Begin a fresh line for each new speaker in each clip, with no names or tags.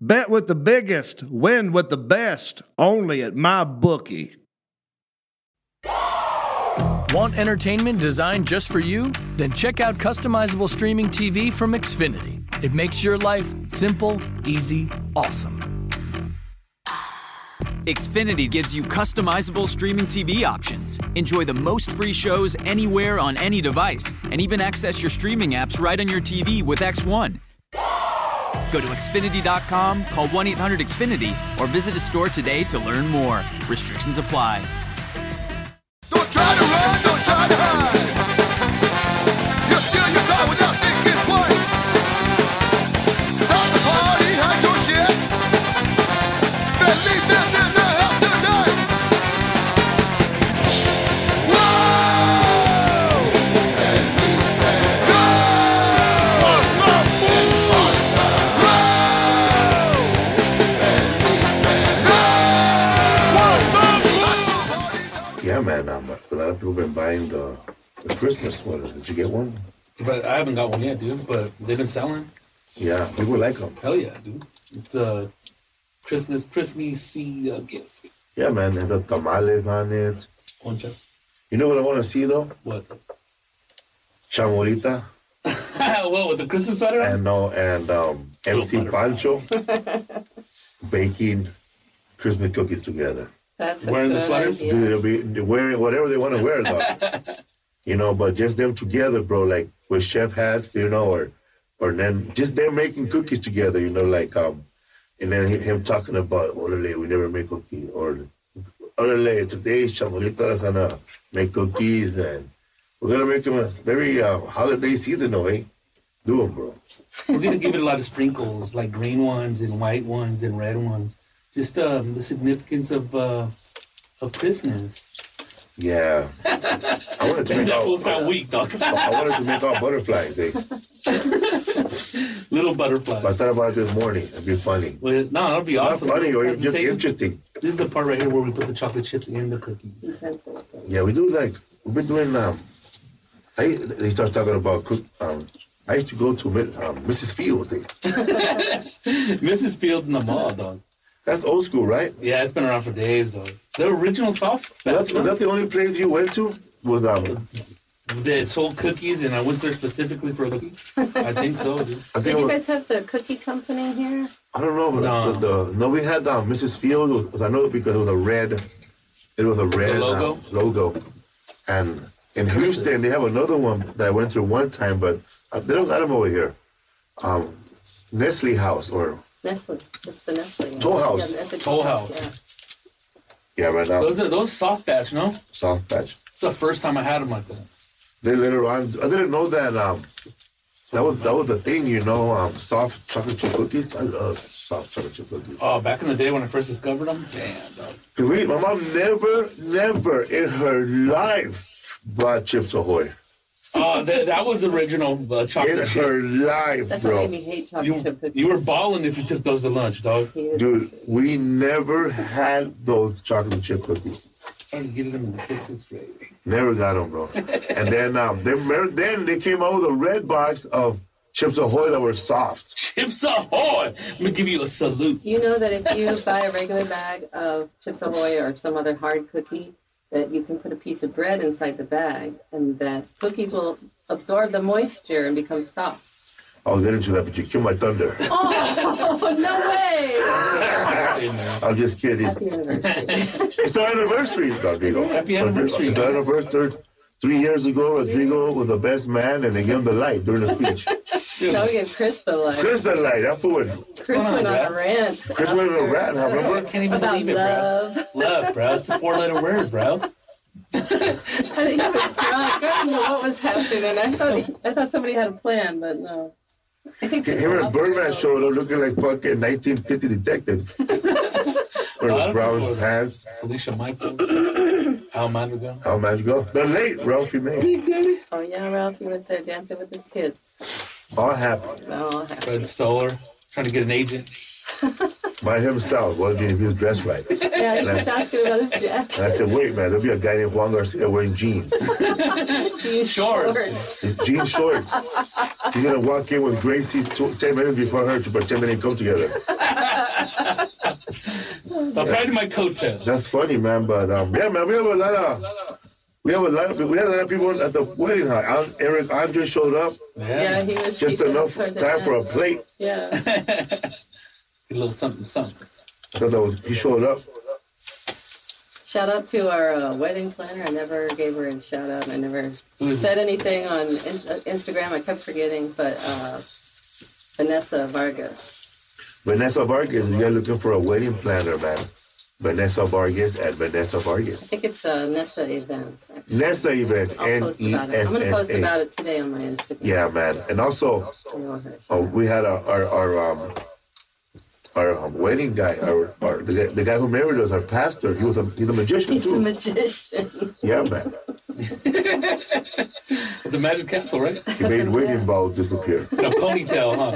Bet with the biggest, win with the best, only at my bookie.
Want entertainment designed just for you? Then check out customizable streaming TV from Xfinity. It makes your life simple, easy, awesome.
Xfinity gives you customizable streaming TV options. Enjoy the most free shows anywhere on any device, and even access your streaming apps right on your TV with X1. Go to Xfinity.com, call 1 800 Xfinity, or visit a store today to learn more. Restrictions apply.
Don't try to run, don't try to hide. You steal your car without thinking twice. Stop the party, hide your shit. Then leave this in the house tonight. Whoa!
Yeah, man, um, a lot of people been buying the, the Christmas sweaters. Did you get one?
But I haven't got one yet, dude. But they've been selling.
Yeah, people like them.
Hell yeah, dude. It's a Christmas, Christmassy uh, gift.
Yeah, man, they have the tamales on it.
Conchas.
You know what I want to see though?
What?
Chamorita
well, with the Christmas sweater on?
and no, and um, MC
Little
Pancho baking Christmas cookies together.
That's
Wearing the
a good
sweaters?
idea.
Dude, it'll be wearing whatever they want to wear though. you know, but just them together, bro. Like with chef hats, you know, or or then just them making cookies together. You know, like um, and then hi- him talking about orale, we never make cookies, or orale today chamalita is gonna make cookies, and we're gonna make them a very um, holiday seasonal, eh? Do them, bro.
We're going to give it a lot of sprinkles, like green ones and white ones and red ones. Just um, the significance of uh, of Christmas.
Yeah, I wanted to make
That will
all.
sound weak, dog.
I wanted to make all butterflies. Eh?
Little
But I
butterflies.
thought about it this morning. It'd be funny.
Well, no, that'll be
Not
awesome.
funny or just
Presentation.
interesting.
This is the part right here where we put the chocolate chips in the cookie.
Yeah, we do like we've been doing. Um, I they start talking about cook. Um, I used to go to Mi- um, Mrs. Fields. eh?
Mrs. Fields in the mall, dog.
That's old school, right?
Yeah, it's been around for days, dog. The original soft
That's,
bathroom.
that's the only place you went to was um.
They sold cookies, and I went there specifically for the cookies. I think so. Dude.
I think
Did
it
you
was-
guys have the cookie company here?
I don't know. but
No.
The, the, no, we had um, Mrs. Fields. was- was- I know because it was a red. It was a red
logo?
um, logo, and in Houston they have another one that I went through one time, but uh, they don't got them over here. Um, Nestle House or
Nestle. It's the Nestle. one.
Toll House.
Yeah, that's a
Toll
Toll
House.
yeah,
yeah.
right now
Those are those soft batch. No, it's
soft patch.
the first time I had them like that.
Then later on, I didn't know that um, that was that was the thing, you know, um, soft chocolate chip cookies. I love soft chocolate chip cookies.
Oh, back in the day when I first discovered them. Damn, dog.
Cause we, my mom never, never in her life bought Chips Ahoy.
Oh, that, that was original uh, chocolate
It's
chip.
her life,
That's
bro.
what made me hate chocolate
You,
chip cookies.
you were balling if you took those to lunch, dog.
Hated
Dude, we never had those chocolate chip cookies.
Started to get them in the fifth, sixth grade.
Never got them, bro. And then um, they mer- then they came out with a red box of Chips Ahoy that were soft.
Chips Ahoy! I'm gonna give you a salute.
Do you know that if you buy a regular bag of Chips Ahoy or some other hard cookie, that you can put a piece of bread inside the bag and that cookies will absorb the moisture and become soft?
I'll get into that, but you kill my thunder.
Oh, no way!
I'm just kidding.
Happy anniversary.
It's our anniversary, Rodrigo.
Happy anniversary,
It's our anniversary. Three years ago, Rodrigo was the best man, and they gave him the light during the speech.
Now we give Chris the light.
Chris
Chris,
the light. That fool.
on,
went on
bruh?
a rant.
Chris went on a rant, huh,
I
remember?
can't even
About
believe it, bro.
love.
Love, bro. It's a four letter word, bro.
I think he was drunk. I don't know what was happening. I thought he, I thought somebody had a plan, but no. I think just
Him and
off
Birdman
the
showed up looking like fucking 1950 detectives. Wearing brown pants.
Felicia Michaels. Al Madrigal.
How much you go? The late Ralphie May.
road. Oh yeah, Ralph, he was there dancing with his kids.
All happened
Well, happy.
Fred Stoller. Trying to get an agent.
by himself. Wondering if he was dressed right. And
yeah, he was asking about his jacket.
I said, wait, man, there'll be a guy named Juan Garcia wearing jeans.
Jean
Shorts.
shorts.
His jean shorts. He's gonna walk in with Gracie tw 10 minutes before her to pretend they didn't come together.
So I'm riding my coattails.
That's funny, man. But um, yeah, man, we have a lot of we have a lot of we had a lot of people at the wedding. Huh? Al- Eric Andre showed up
Yeah, he was
just
cheating
enough
toward the
time for a
end.
plate
Yeah,
A little something, something.
because I was he showed up.
shout out to our uh, wedding planner. I never gave her a shout out. I never
Who is
said anything on in- uh, Instagram. I kept forgetting, but uh, Vanessa Vargas.
Vanessa Vargas, if you're looking for a wedding planner, man. Vanessa Vargas at Vanessa
I
Vargas.
think it's uh, Nessa Events. Actually.
Nessa event,
I'll
N
post
E
about it. I'm
S
going to
S
post about
A.
it today on my Instagram.
Yeah, man. And also,
Yeah.
uh, we had our our, our um our um, wedding guy, our, our the, guy, the guy who married us, our pastor. He was a he's a magician
He's a
too.
magician.
Yeah, man.
The Magic Castle, right?
He made wedding balls disappear.
And a ponytail, huh?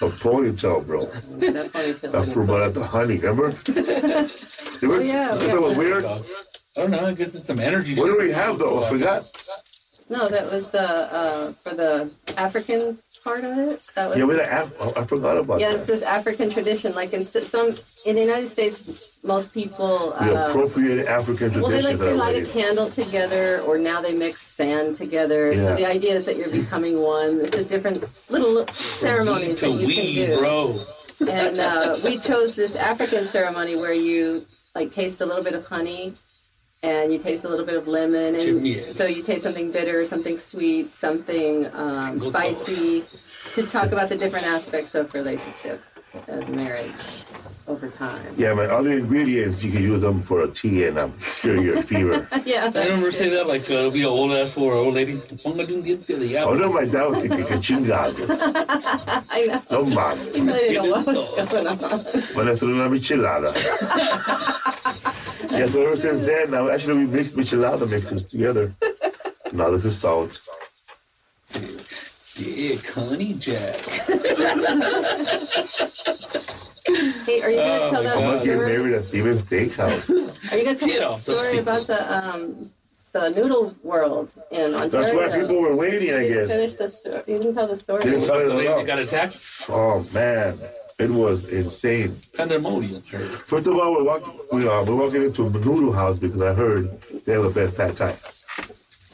though?
A ponytail, bro.
that ponytail.
That's from about the honey, remember? oh,
yeah,
That
yeah.
was weird.
Dog. Uh, I don't know. I guess it's some energy.
What do
shit.
we have though? I forgot.
No, that was the uh, for the African part of it. That was
Yeah, we had Af- oh, I forgot about
Yeah, it's
that.
this African tradition. Like in st- some in the United States, most people
We
uh,
appropriated African
well, they
traditions
like
at
they
our
light a
wedding.
candle together, or now they mix sand together.
Yeah.
So the idea is that you're becoming one. It's a different little
Weed
ceremonies
to
that you can
weed,
do.
bro.
and uh, we chose this African ceremony where you like taste a little bit of honey and you taste a little bit of lemon and
Chimney.
so you taste something bitter something sweet something um,
Good
spicy to talk about the different aspects of relationship of marriage over time
Yeah, man. Other ingredients, you can use them for a tea and um, cure your fever.
yeah
I remember saying that like uh, it'll be an old ass fool or an old lady. Ponga de un diente de
oh,
agua.
no, my dad was thinking chingados.
i know
No, mom.
I didn't know what was going on.
When I threw una michelada. yeah, so ever since then, now actually we mixed michelada mixes together. Now this is salt.
Yeah, Connie
Oh,
Jack.
Hey, are you
Oh,
gonna tell
I
that
must get
story?
married at Steven's Steakhouse.
Are you gonna
Get
tell that
off the
story
field.
about the um, the noodle world in Ontario?
That's why people were waiting, I
You didn't
guess.
finish the story. You didn't tell the story.
Didn't tell
The
it
lady
at all.
that got attacked.
Oh man, it was insane.
Pandemonium.
First of all, we're walking, we are we're walking into a noodle house because I heard they have the best pad thai.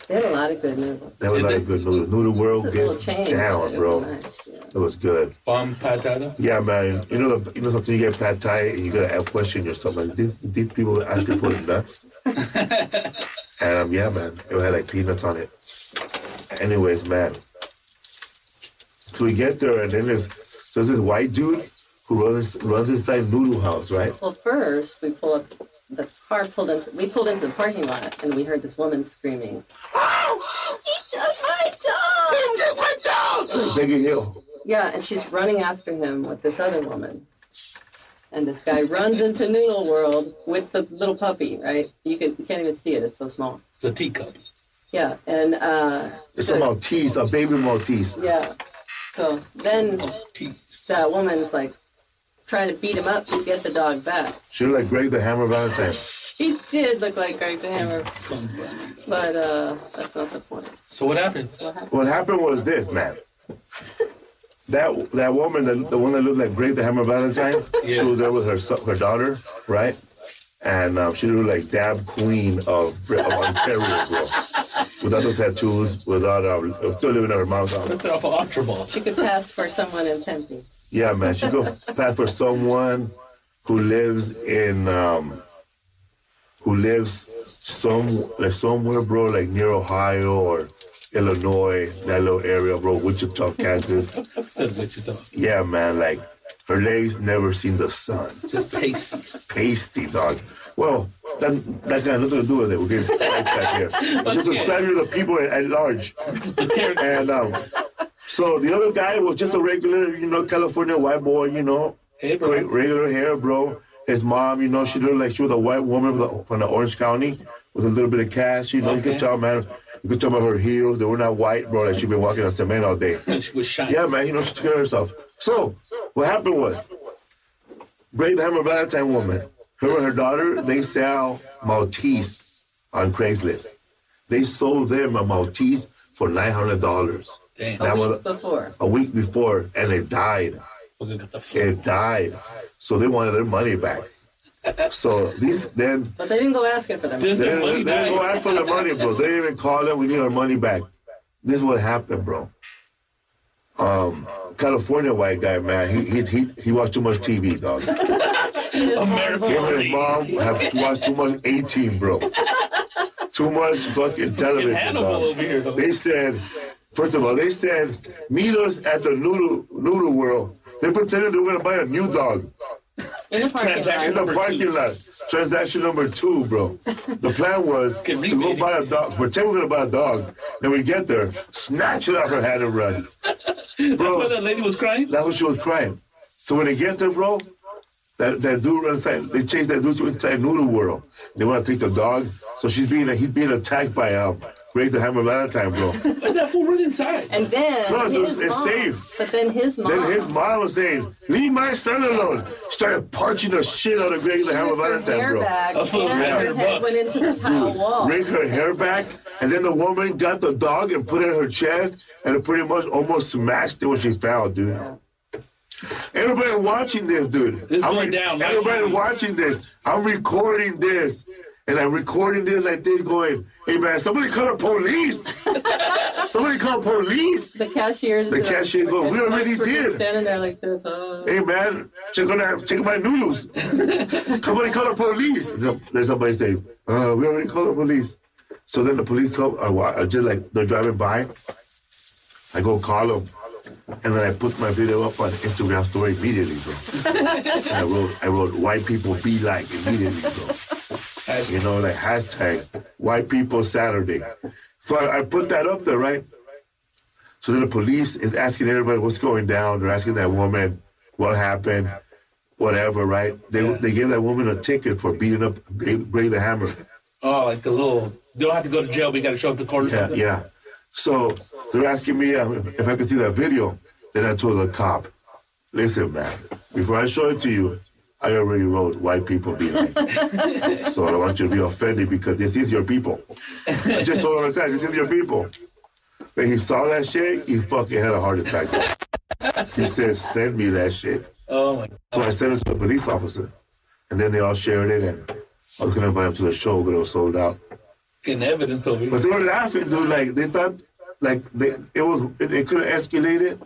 They had a lot of good noodles.
That was
Did
like a
they?
good noodle. Noodle
It's a
world
little
gets
change. but
down,
it
bro.
was nice, yeah.
It was good.
Bomb patada.
Yeah, man. You know, the, you know something. You get pad thai and you gotta ask question yourself. Like these, these people actually put nuts. and um, yeah, man, it had like peanuts on it. Anyways, man. So we get there and then there's, there's this white dude who runs runs inside noodle house, right?
Well, first we pull up. The car pulled into. We pulled into the parking lot, and we heard this woman screaming.
Nigga Hill.
Yeah, and she's running after him with this other woman. And this guy runs into Noodle World with the little puppy. Right? You can you can't even see it. It's so small.
It's a teacup.
Yeah, and uh,
It's
so-
a Maltese, a baby Maltese.
yeah. So then
Oh,
that woman's like trying to beat him up to get the dog back.
She looked like Greg the Hammer Valentine.
She did look like Greg the Hammer, but uh, that's not the point.
So what happened?
What happened was this, man. That that woman, the, the one that looked like Greg the Hammer Valentine, she
Yeah.
was there with her son- her daughter, right? And um, she looked like damn queen of, of Ontario, bro. Without the tattoos, without um, still living in her mom's house.
Off of Ultra Ball.
She could pass for someone in Tempe.
Yeah, man, she go pass for someone who lives in um, who lives some like somewhere, bro, like near Ohio or Illinois, that little area, bro, Wichita, Kansas.
Said Wichita.
Yeah, man, like her legs never seen the sun.
Just pasty.
Pasty, dog. Well, that, that got nothing to do with it. We're getting sidetracked back here. I'm just describing to the people at, at large. And um, so the other guy was just a regular, you know, California white boy, you know,
Hey,
great
bro.
regular hair, bro. His mom, you know, she looked like she was a white woman from the, from the Orange County with a little bit of cash. You know, you
Okay.
could tell, man, you could tell about her heels. They were not white, bro. Like she'd been walking on cement all day.
She was shot.
Yeah, man, you know, she took care of herself. So, what happened was, Brave Hammer Valentine woman, her and her daughter, they sell Maltese on Craigslist. They sold them a Maltese for $900
Damn.
That
A
was-
week before.
a week before, and it died.
Fucking got the flu.
It died. So, they wanted their money back. So, these, then
But they didn't go asking for them.
Then
they
their money
didn't, they didn't go
died.
ask for their money, bro. They didn't even call them. We need our money back. This is what happened, bro. Um, California white guy, man. He he he, he watched too much TV, dog. Him "Oh,
America.
and his mom have watched too much 18, bro. Too much fucking television.
Hannibal
dog.
over here, though.
They said, first of all, they said, meet us at the noodle noodle world. They pretended they were gonna buy a new dog.
In the parking
In
Transaction
lot.
the
Number
parking
two.
lot. Transaction number two, bro. The plan was to
read
go
it.
buy a dog. Pretend we're gonna buy a dog. Then we get there, snatch it off her hand and run.
When
Bro,
that lady was crying?
that's what she was crying. So when they get there, bro, that, that dude runs inside. They chase that dude to inside Noodle World. They want to take the dog. So she's being he's being attacked by um Greg the Hammer Valentine, bro.
Why that fool run inside?
And then
No, it's-
his
it's
mom.
safe.
But then his mom.
Then his mom was saying, "Leave my son alone." Started punching the shit out of Greg the Hammer
her
Valentine,
hair
bro.
back
That's full of
and her
rubber
head
bucks.
went into the tile wall.
Rig her hair back, and then the woman got the dog and put it in her chest, and it pretty much almost smashed it when she fell, dude. Everybody watching this, dude.
This going down, right?
Everybody watching this. I'm recording this, and I'm recording this like this, going, "Hey man, somebody call the police! somebody call police!"
The cashier's
The cashier go, "We already
Folks were just
did."
Standing there like this. Oh.
Hey man, check on that, check my noodles. somebody call the police. There's somebody saying, uh, we already called the police. So then the police come, I wa- I just like they're driving by. I go call them, and then I put my video up on Instagram story immediately, bro. and I wrote, I wrote, white people be like immediately, bro. You know, like hashtag white people Saturday. So I, I put that up there, right? So then the police is asking everybody what's going down. They're asking that woman what happened, whatever, right? They they gave that woman a ticket for beating up Greg Greg the Hammer.
Oh, like a little. You don't have to go to jail, but you got to show up to court or
Yeah,
something.
yeah. So they're asking me um, if I could see that video. Then I told the cop, "Listen, man, before I show it to you, I already wrote white people be like. so I don't want you to be offended because this is your people. I just told him like that. This is your people." When he saw that shit, he fucking had a heart attack. he said, "Send me that shit."
Oh, my.
So I sent it to the police officer, and then they all shared it. And I was gonna invite him to the show, but it was sold out.
Fucking evidence over
But
here.
they were laughing, dude. Like they thought, like they, it was, it, it could have escalated.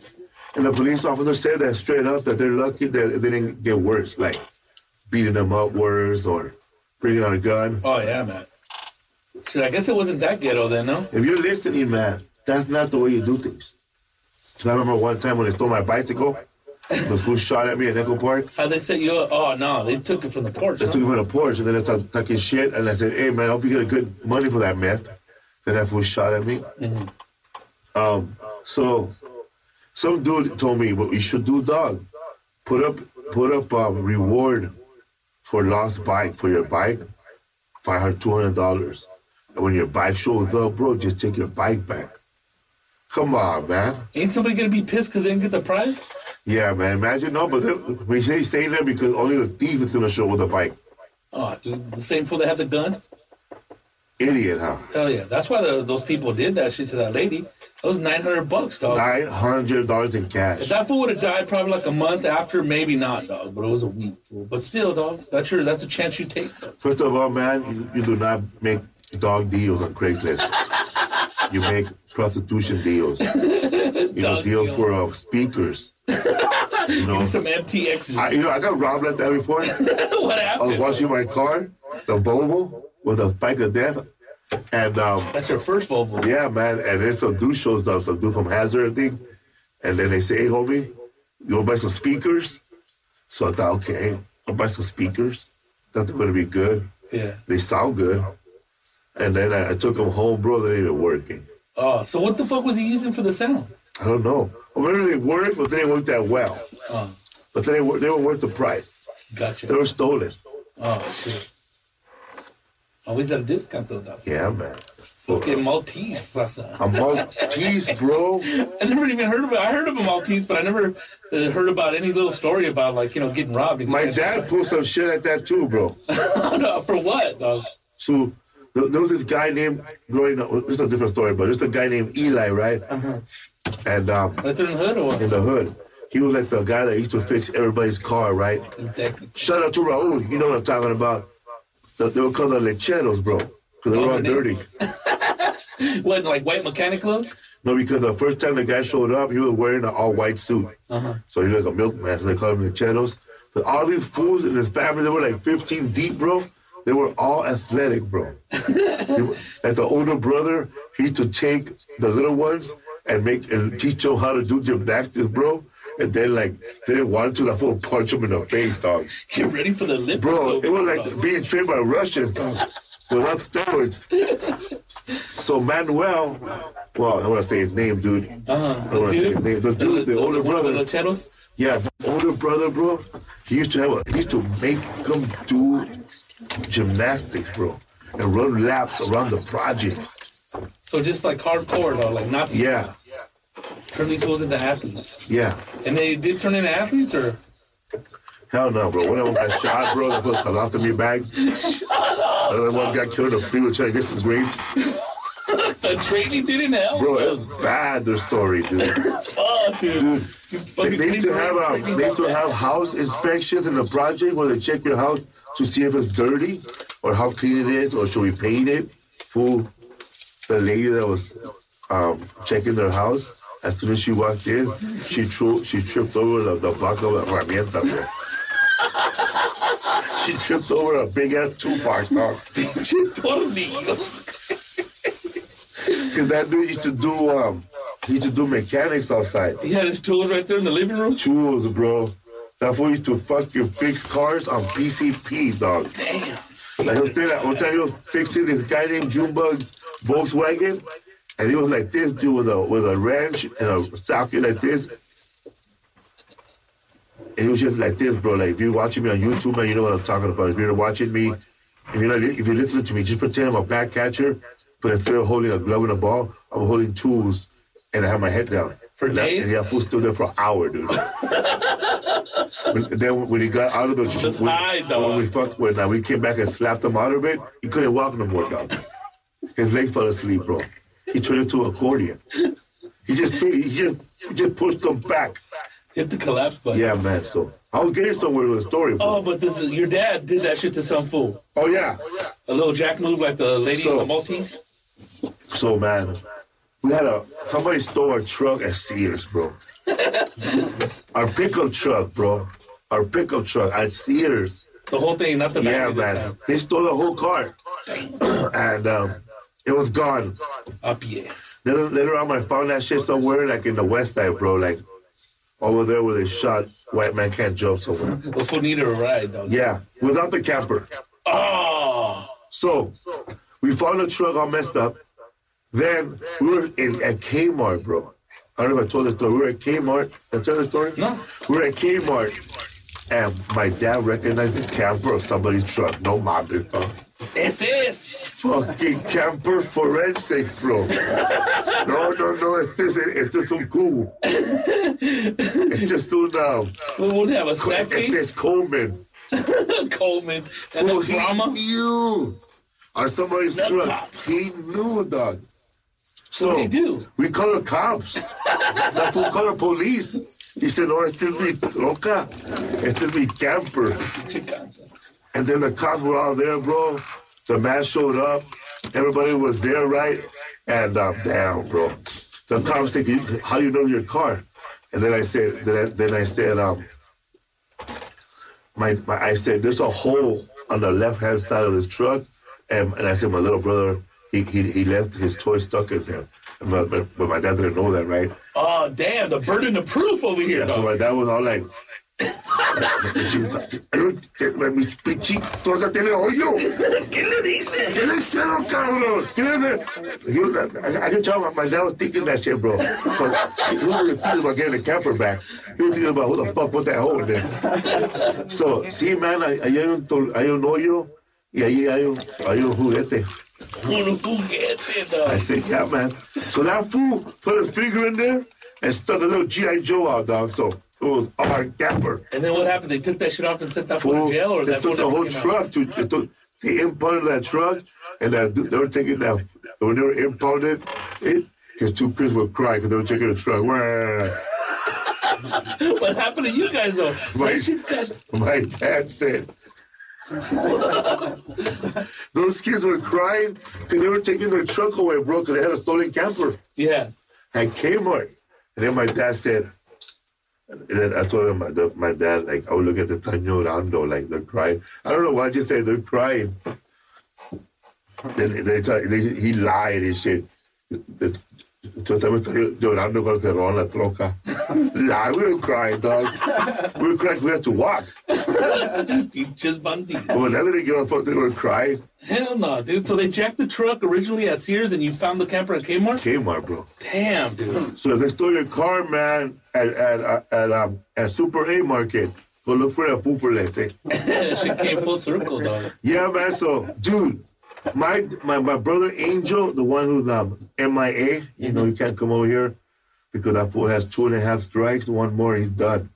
And the police officer said that straight up that they're lucky that they didn't get worse, like beating them up worse or bringing out a gun.
Oh, yeah, man. Shit, I guess it wasn't that ghetto then, no?
If you're listening, man, that's not the way you do things. 'Cause I remember one time when they stole my bicycle, the fool shot at me at Echo Park.
How they set you up? Oh, no. They took it from the porch.
I
huh?
took him on the porch and then I started talking shit and I said, hey man, I hope you get a good money for that meth. Then that fool shot at me. Um, so some dude told me what you should do, dog. Put up put up um, reward for lost bike for your bike, five hundred two hundred dollars. And when your bike shows up, bro, just take your bike back. Come on, man.
Ain't somebody gonna be pissed because they didn't get the prize?
Yeah, man. Imagine no, but then- we say stay there because only the thief is gonna show with a bike.
Oh, dude, the same fool that had the gun.
Idiot, huh?
Hell yeah, that's why the, those people did that shit to that lady. That was nine hundred bucks, dog.
Nine hundred dollars in
If
cash.
that fool would have died probably like a month after, maybe not, dog. But it was a week, fool. But still, dog, that's your that's a chance you take. Dog.
First of all, man, you, you do not make dog deals on Craigslist. you make prostitution deals. You know,
Dog
deals
deal.
for uh, speakers. You know,
Some MTXs.
I, you know, I got robbed like that before. I
what
was
happened?
washing my car, the Volvo with a spike of death, and um,
that's your first Volvo.
Yeah, man. And then some dude shows up, some dude from Hazard, I think. And then they say, hey, homie, you want to buy some speakers? So I thought, okay, I'll buy some speakers. Thought they're going to be good.
Yeah.
They sound good. And then I, I took them home, bro. They didn't working.
Oh, so what the fuck was he using for the sound?
I don't know. Or maybe they worked, but they didn't work that well.
Oh,
But they, were, they were worth the price. They
gotcha.
were stolen.
Oh shit. Always at a discount though, dog.
Yeah, man.
Fucking Maltese, plaza.
A Maltese, bro.
I never even heard of it. I heard of a Maltese, but I never uh, heard about any little story about like you know getting robbed. and
My
getting
dad pulled some shit like that too, bro.
shot up. for what? Dog?
So there there was this guy named growing up. This is a different story, but there's a guy named Eli, right? And um,
Right there in the hood or
in
what?
the hood, he was like the guy that used to fix everybody's car, right? Shout out to Raul. You know what I'm talking about? The- They were called the lecheros, bro, because they were all dirty.
What like white mechanic clothes?
No, because the first time the guy showed up, he was wearing an all-white suit, so he looked like a milkman. So they called him lecheros. But all these fools in his family, they were like 15 deep, bro. They were all athletic, bro. They were- like the older brother, he used to take the little ones and make and teach them how to do gymnastics, bro. And then like they didn't want to, that fool punch him in the face, dog.
Get ready for the lip.
Bro, it was like being trained by Russians, dog, without steroids. So Manuel, well, I don't want to say his name, dude. I don't want to say his name. The dude, the older
Uh-huh. one of
brother.
The lecheros.
Yeah, the older brother, bro. He used to have a, he used to make them do gymnastics, bro, and run laps around the projects.
So just like hardcore, though, like Nazi.
Yeah,
Turn these fools into athletes,
yeah.
and they did turn into athletes, or
Hell no, bro. One of them got shot, bro. They put a colostomy bag. Another one got killed in a freeway trying to get some grapes.
the training didn't help.
Bro, it's bad, their story, dude.
Fuck, dude.
They
You fucking
they need to
people
have
are
um,
training
they need
like
to
that.
have house inspections in the project where they check your house to see if it's dirty or how clean it is or should we paint it. Fool, the lady that was um, checking their house. As soon as she walked in, she tru- she tripped over the, the block of herramienta. bro. she tripped over a big ass two-box dog.
Tornillo.
Cause that dude used to do um, he used to do mechanics outside.
He had his tools right there in the living room.
tools, bro. That fool used to fucking fix cars on PCP, dog.
Damn.
Like he'll tell that, he'll tell you fixing this guy named Junebug's Volkswagen, and he was like this dude with a with a wrench and a socket like this, and he was just like this, bro. Like if you're watching me on YouTube, man, you know what I'm talking about. If you're watching me, if you're not, li- if you're listening to me, just pretend I'm a back catcher, but instead of holding a glove and a ball, I'm holding tools, and I have my head down.
For
And I- And
days?
yeah, fool stood there for an hour, dude. When- then when he got out of the
Just
when,
hide,
when
dog.
we fucked when uh, we came back and slapped him out of it, he couldn't walk no more, dog. His leg fell asleep, bro. He turned into accordion. He just he just, he just pushed him back.
Hit the collapse button.
Yeah, man. So I was getting somewhere with the story, bro.
Oh, but this is your dad did that shit to some fool.
Oh yeah.
A little jack move like the lady
So-
in the Maltese.
So man, we had a somebody stole our truck at Sears, bro. our pickup truck, bro. Our pickup truck at Sears.
The whole thing, not the
Yeah,
battery this
man.
time.
They stole the whole car, and um, it was gone.
Up yeah.
Later, later on, I found that shit somewhere, like in the West Side, bro. Like over there where they shot White Man Can't Jump somewhere.
Those fool needed a ride, dog.
Yeah, without the camper.
Oh,
So we found the truck all messed up. Then we were in at Kmart, bro. I don't know if I told the story. We were at Kmart. I tell the story?
No.
We were at Kmart. And my dad recognized the camper of somebody's truck. No mob, big dog.
this is
fucking camper forensic, bro. No, no, no, este es, este es un cubo. Este es un, um,
We would have a
este
staircase,
es Coleman.
Coleman, and
Fool,
a
he
Brahma.
knew. Ah, Or somebody's
Nut
drunk.
pop.
He knew, dog. So
do you do?
we call the cops. the fool called the police. He said, "Oh, it's still me troca, it's still me camper."
Chicanza.
And then the cops were all there, bro. The man showed up. Everybody was there, right? And um, damn, bro. The cops think, "How do you know your car?" And then I said, then I, then I said, um, my, my I said, there's a hole on the left hand side of this truck, and, and I said, my little brother, he, he he left his toy stuck in there. And my, my- but my dad didn't know that, right?
Oh, damn, the burden of proof over here,
Yeah, so
dog.
my dad was all like, mis pinches tortas tienen hoyo.
¿Qué le dices?
¿Qué le hicieron, cabrón? ¿Qué le he- He was- I, I can tell my, my dad was thinking that shit, bro. So he wasn't thinking about getting the camper back. He was thinking about who the fuck put that hole in there. So, sí, man, ahí ahí hay un, tol- hay un hoyo y ahí hay un, hay un juguete.
Un juguete,
I
dog.
said, yeah, man. So that fool put his finger in there and stuck a little G.I. Joe out, dog. So it was our camper.
And then what happened? They took that shit off and sent that fool
Fool,
to uh, jail, or
they
that fool
took the
never
whole
came out?
truck to they took they impounded that truck and that they were taking that when they were impounded it his two kids were crying because they were taking the truck. Wah.
What happened to you guys, though? So
Right.
she said,
My dad said those kids were crying because they were taking their truck away, bro, because they had a stolen camper.
yeah.
at Kmart. And then my dad said, and then I told him, my, the, my dad, like, I would look at the Tano Rondo, like, they're crying. I don't know why I just said they're crying. Then they, try- they, he lied and shit. The- Yo estaba llorando cuando te roban la troca. Lie, we were crying, dog. We were crying, we had to walk.
You just bandido.
But my dad didn't get on the phone, they were crying.
Hell no, dude. So they jacked the truck originally at Sears, and you found the camper at Kmart.
Kmart, bro.
Damn, dude.
So if they stole your car, man, at at uh, at um at Super A Market, go look for that food for less. eh?
That shit came full circle, dog.
Yeah, man. So, dude, my my my brother Angel, the one who's um MIA, you know, he can't come over here because that fool has two and a half strikes. One more, he's done.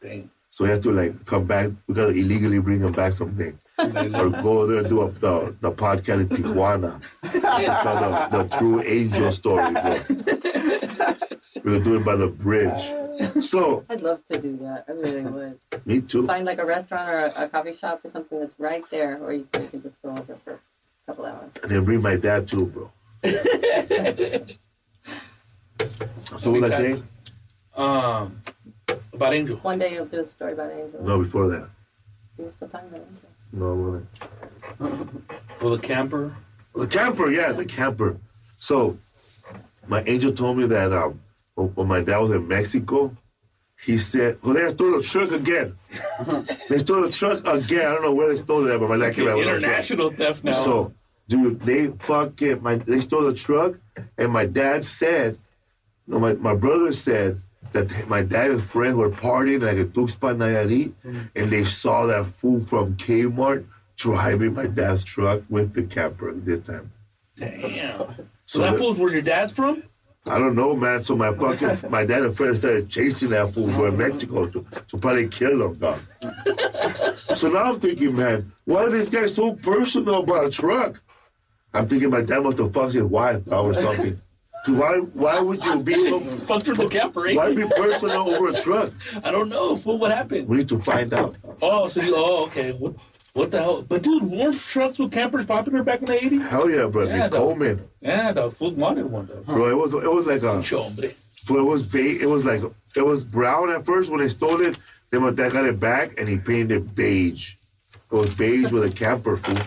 Dang.
So he has to like come back. We gotta illegally bring him back something, or go there and do a, the the podcast in Tijuana. Tell the, the true angel story. bro. We're gonna do it by the bridge. So
I'd love to do that. I really would.
me too.
Find like a restaurant or a, a coffee shop or something that's right there where you can, you can just go over for a couple hours.
And then bring my dad too, bro. so what was I saying?
Um, about Angel.
One day you'll do a story about Angel.
No, before that.
You're still talking about Angel.
No, it wasn't.
Well, the camper.
The camper, yeah, the camper. So, my angel told me that um, when when my dad was in Mexico, he said, "Well, they stole the truck again. they stole the truck again. I don't know where they stole it, but my dad came out with the truck."
International theft now.
So, dude, they fucking my they stole the truck, and my dad said, no, my, my brother said that my dad and friend were partying like at Tuxpan Nayarit, and they saw that fool from Kmart driving my dad's truck with the camper this time.
Damn. So
So
that
the-
fool's where your dad's from?
I don't know, man. So my fucking my dad and friend started chasing that fool from Mexico to, to probably kill him, dog. so now I'm thinking, man, why are these guys so personal about a truck? I'm thinking my dad must have fucked his wife dog, or something. 'Cause why why would you be so,
Fucked with the camper, eh?
why be personal over a truck?
I don't know, fool. What happened?
We need to find out.
Oh, so you. Oh, okay. What, what the hell? But dude, weren't trucks with campers popular back in the '80s?
Hell yeah, bro.
Yeah,
Yeah,
dog.
Coleman,
Yeah, the fool wanted one though.
bro. It was it was like a
Mucho, hombre.
So it was ba- it was like it was brown at first when they stole it. Then my dad got it back and he painted it beige. It was beige with a camper fool.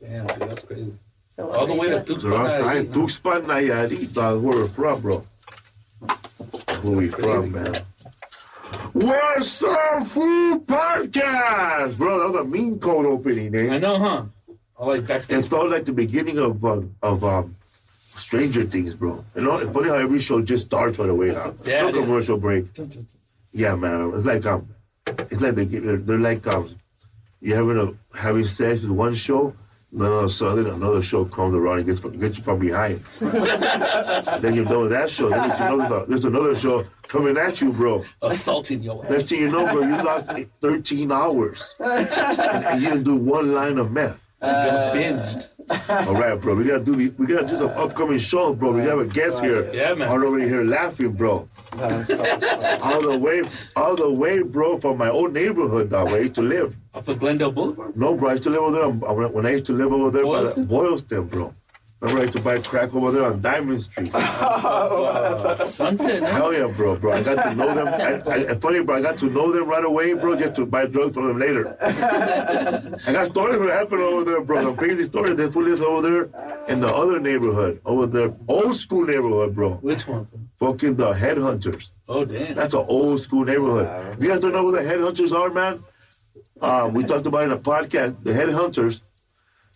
Damn, dude, that's crazy.
So
All the way to
Tucson.
So
Tucson.
outside Tuxpan Nayarit, dog, where we're from, bro. Where we from, man? What's the food podcast, bro? That was a mean cold opening,
I
eh?
know, huh? I like
It
backstage.
felt like the beginning of uh, of um, Stranger Things, bro. You know, it's funny how every show just starts right away. Huh?
Yeah,
no
it is.
commercial break. Yeah, man. It's like um, it's like they, they're, they're like um, you're having a having sex with one show, No, no, so then another show comes around and gets, gets you from behind. then you know that show. Then you know that there's another show coming at you, bro.
assaulting your ass.
Next thing you know, bro, you lost eh, 13 hours. and, and you didn't do one line of meth.
Uh, You're binged.
All right, bro. We gotta do the. We gotta do some upcoming shows, bro. We have a guest here.
Yeah, man.
All over here laughing, bro.
That's so funny.
All the way, all the way, bro, from my old neighborhood that where I used to live.
Off of Glendale Boulevard.
No, bro, I used to live over there. on- on- When I used to live over there
Boylston?
by the Boylston, bro. Remember, I used to buy crack over there on Diamond Street.
Sunset. huh?
Hell yeah, bro, bro. I got to know them. I, I, funny, bro. I got to know them right away, bro, just to buy drugs from them later. I got stories that happened over there, bro. Some crazy story. They put this over there in the other neighborhood, over there, old school neighborhood, bro.
Which one?
Fucking the headhunters.
Oh damn.
That's an old school neighborhood. If you guys don't know who the headhunters are, man, uh, we talked about it in a podcast. The headhunters,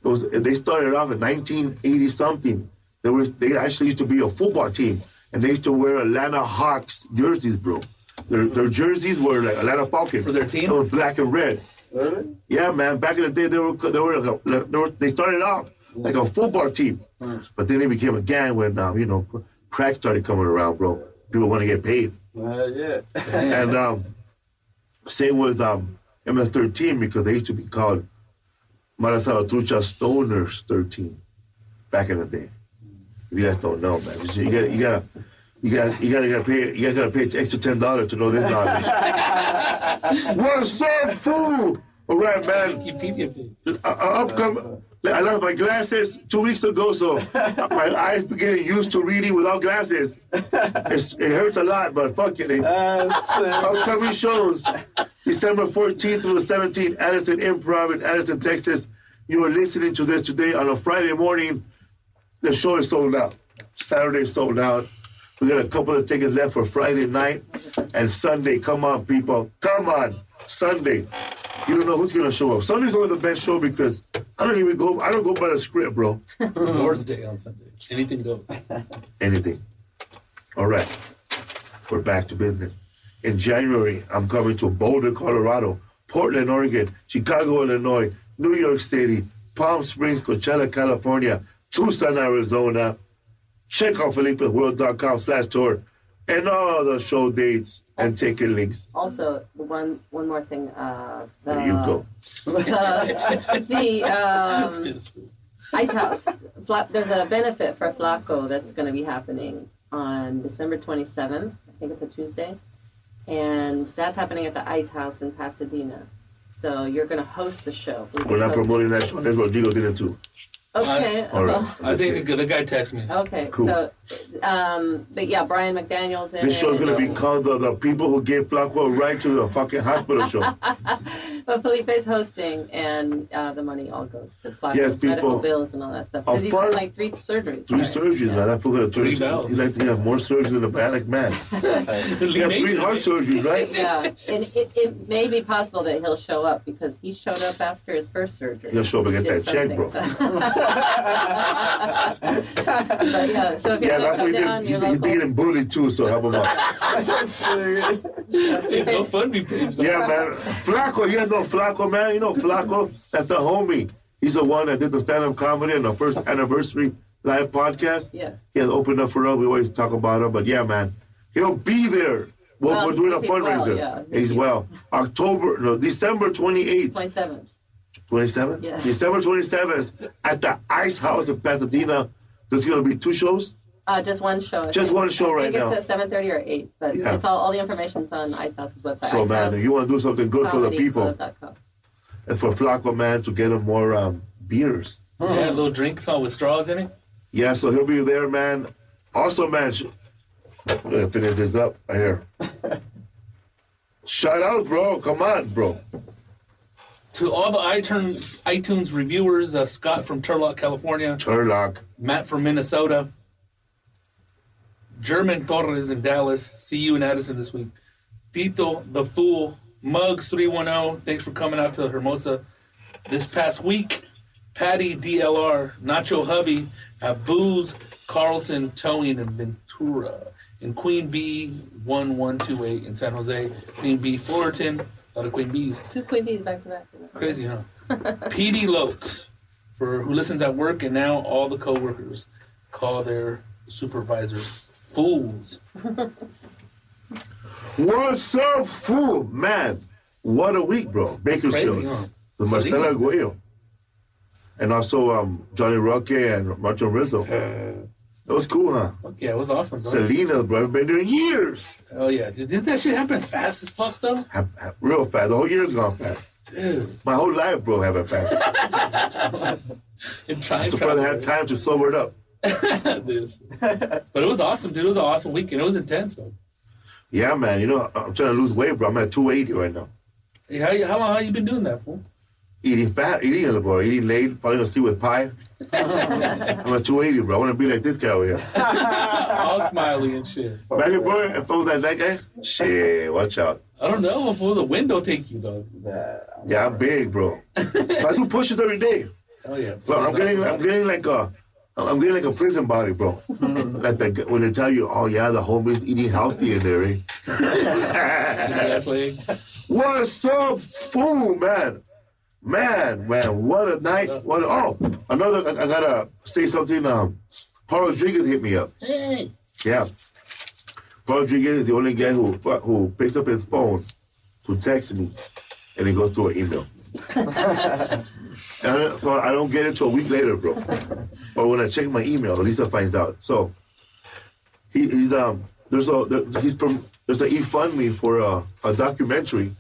it was, they started off in 1980 something. They were they actually used to be a football team, and they used to wear Atlanta Hawks jerseys, bro. Their, their jerseys were like Atlanta Falcons
For their team?
They were black and red.
Really?
Yeah, man. Back in the day, they were they were, like a, like- they, were they started off like a football team,
Mm.
but then they became a gang when um, you know crack started coming around, bro. People want to get paid.
Uh, yeah.
And um, same with um, MS-13 because they used to be called Marasalatucha Stoners 13 back in the day. If you guys don't know, man, you see, you gotta, you gotta, you gotta, you gotta, gotta pay. You guys gotta pay extra ten dollars to know this knowledge. What's up, fool? All right, man.
Wikipedia page.
I, I, I'm Uh, come- I lost my glasses two weeks ago, so my eyes be getting used to reading without glasses. It's, it hurts a lot, but fuck it. it
That's it.
Upcoming shows December 14th through the 17th, Addison Improv in Addison, Texas. You are listening to this today on a Friday morning. The show is sold out. Saturday is sold out. We got a couple of tickets left for Friday night and Sunday. Come on, people. Come on. Sunday. You don't know who's gonna show up. Sunday's always the best show because I don't even go I don't go by the script, bro.
Lord's Uh-huh. Day on Sunday. Anything goes.
anything. All right, we're back to business. In January, I'm coming to Boulder, Colorado, Portland, Oregon, Chicago, Illinois, New York City, Palm Springs, Coachella, California, Tucson, Arizona. Check out FelipeWorld.com slash tour and all the show dates and ticket links.
Also, one one more thing. Uh, the,
There you go.
The um, Ice House. Fla- There's a benefit for Flaco that's going to be happening on December 27th. I think it's a Tuesday. And that's happening at the Ice House in Pasadena. So you're going to host the show.
We're not promoting that show. That's what Diego did it too.
Okay.
All right.
well,
I think the, the guy texted me.
Okay.
Cool.
So, um, but yeah, Brian McDaniel's in.
This show's
it.
gonna be called the, the people who gave Flacco a ride to the fucking hospital show.
But Felipe's hosting, and uh, the money all goes to Flaco's
Yes, people.
medical bills and all that stuff. 'Cause
A
he's
fun-
had like three surgeries.
Three
right?
surgeries, man. That fool got a
Three
turn.
now.
He like to have more surgeries than a panic man. He got three heart surgeries, right?
Yeah, and it, it may be possible that he'll show up because he showed up after his first surgery.
He'll show up and get
Did
that check, bro.
something, so- But yeah, so if you
Yeah,
ever
that's what
come
he
down,
did. He,
you're
he
local.
getting bullied too, so help him out.
Hey, GoFundMe page.
Yeah, man. Flacco, you guys know Flacco, man. You know Flacco, that's the homie. He's the one that did the stand-up comedy and the first anniversary live podcast.
Yeah.
He has opened up for us. We always talk about him, but yeah, man, he'll be there. We're,
Well,
we're doing a
Um, he'll be well,
fundraiser.
yeah.
He's well. October, no, December 28th.
27.
27?
Yes.
December 27th at the Ice House in Pasadena. There's going to be two shows.
Uh, just one show. I
Just
think.
one show
I
right
think
now.
It's at 7:30 or 8, but
Yeah.
it's all all the information's on Ice uh, House's website.
So, man, if you want to do something good for the people
icehousecomedy.com.
and for Flacco, man, to get him more um, beers.
Yeah, little drinks all with straws in it.
Yeah, so he'll be there, man. Also, man, sh- I'm going to finish this up right here. Shout out, bro. Come on, bro.
To all the iTunes, iTunes reviewers, uh, Scott from Turlock, California,
Turlock.
Matt from Minnesota, German Torres in Dallas. See you in Addison this week. Tito the Fool, Mugs 310. Thanks for coming out to Hermosa this past week. Patty DLR, Nacho Hubby at Booze Carlson Towing in Ventura, and Queen B 1128 in San Jose, Queen B Fullerton, a lot of Queen Bees.
Two Queen Bees back to back.
Crazy, huh? PD Lokes for who listens at work, and now all the coworkers call their supervisors fools.
What's up, fool? Man, what a week, bro.
Crazy,
Bakersfield.
huh?
With
So they-
Marcelo Arguello. And also um, Johnny Roque and Martin Rizzo. That was cool, huh?
Fuck yeah, it was awesome. bro.
Selena, bro. I've been there years.
Oh yeah, dude, did that shit happen fast as fuck though?
Ha- ha- Real fast. The whole year's gone fast.
Dude,
My whole life, bro, haven't passed.
and trying
I'm surprised I had time to sober it up.
this. But it was awesome, dude. It was an awesome weekend. It was intense. Though.
Yeah, man. You know, I'm trying to lose weight, bro. I'm at 280 right now.
Hey, How, you- how long have you been doing that for?
Eating fat, eating, bro. Eating late, falling asleep with pie. I'm at 280, bro. I want to be like this guy over here.
All smiley and shit.
Imagine, bro, if I was like that guy. Shit, watch out.
I don't know. Before the window take you though.
Yeah, I'm big, bro. But I do pushes every day.
Oh yeah.
Bro, I'm getting, I'm getting like a, I'm getting like a prison body, bro. like the, g- when they tell you, oh yeah, the homies eating healthy in there. Eh?
ass legs.
What's up, fool, man? Man, man, what a night! What a, oh, another. I, I gotta say something. Um, Paul Rodriguez hit me up. Hey. Yeah. Paul Rodriguez is the only guy who who picks up his phone to text me, and it goes to an email. and I- so I don't get it till a week later, bro. But when I check my email, Lisa finds out. So he, he's um there's a there, he's prom- there's an e fund me for a, a documentary.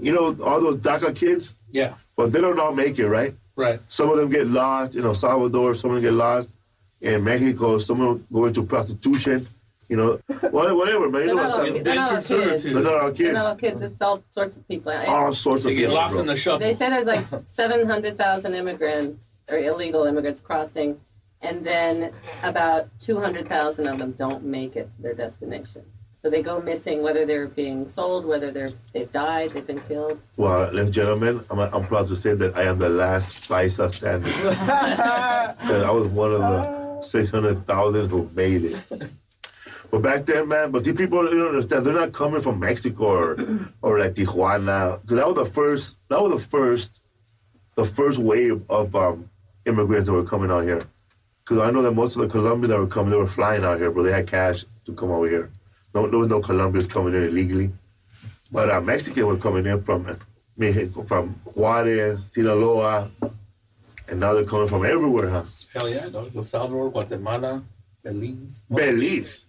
You know all those DACA kids,
Yeah.
but they don't all make it, right?
Right.
Some of them get lost in El Salvador. Some of them get lost in Mexico. Some of them go into prostitution. You know, Wha- whatever, man. You know what I'm talking
They're
about?
not all
Danger
kids.
servitude.
They're not all
They're
kids.
not all kids. It's all sorts of people. I-
All sorts of
They get
people,
lost
bro.
in the shuffle.
They say there's like 700,000 immigrants or illegal immigrants crossing, and then about 200,000 of them don't make it to their destination. So they go missing, whether they're being sold, whether they're they've died, they've been killed.
Well, ladies and gentlemen, I'm, I'm proud to say that I am the last FISA standing. 'Cause I was one of the 600,000 who made it. But back then, man, but these people you don't understand. They're not coming from Mexico or, or like Tijuana. Because that was the first, that was the first, the first wave of um, immigrants that were coming out here. Because I know that most of the Colombians that were coming, they were flying out here, but they had cash to come over here. No, there was no Colombians coming in illegally. But uh, Mexican were coming in from Mexico, from Juarez, Sinaloa, and now they're coming from everywhere, huh?
Hell yeah, dog. El Salvador, Guatemala, Belize.
Belize.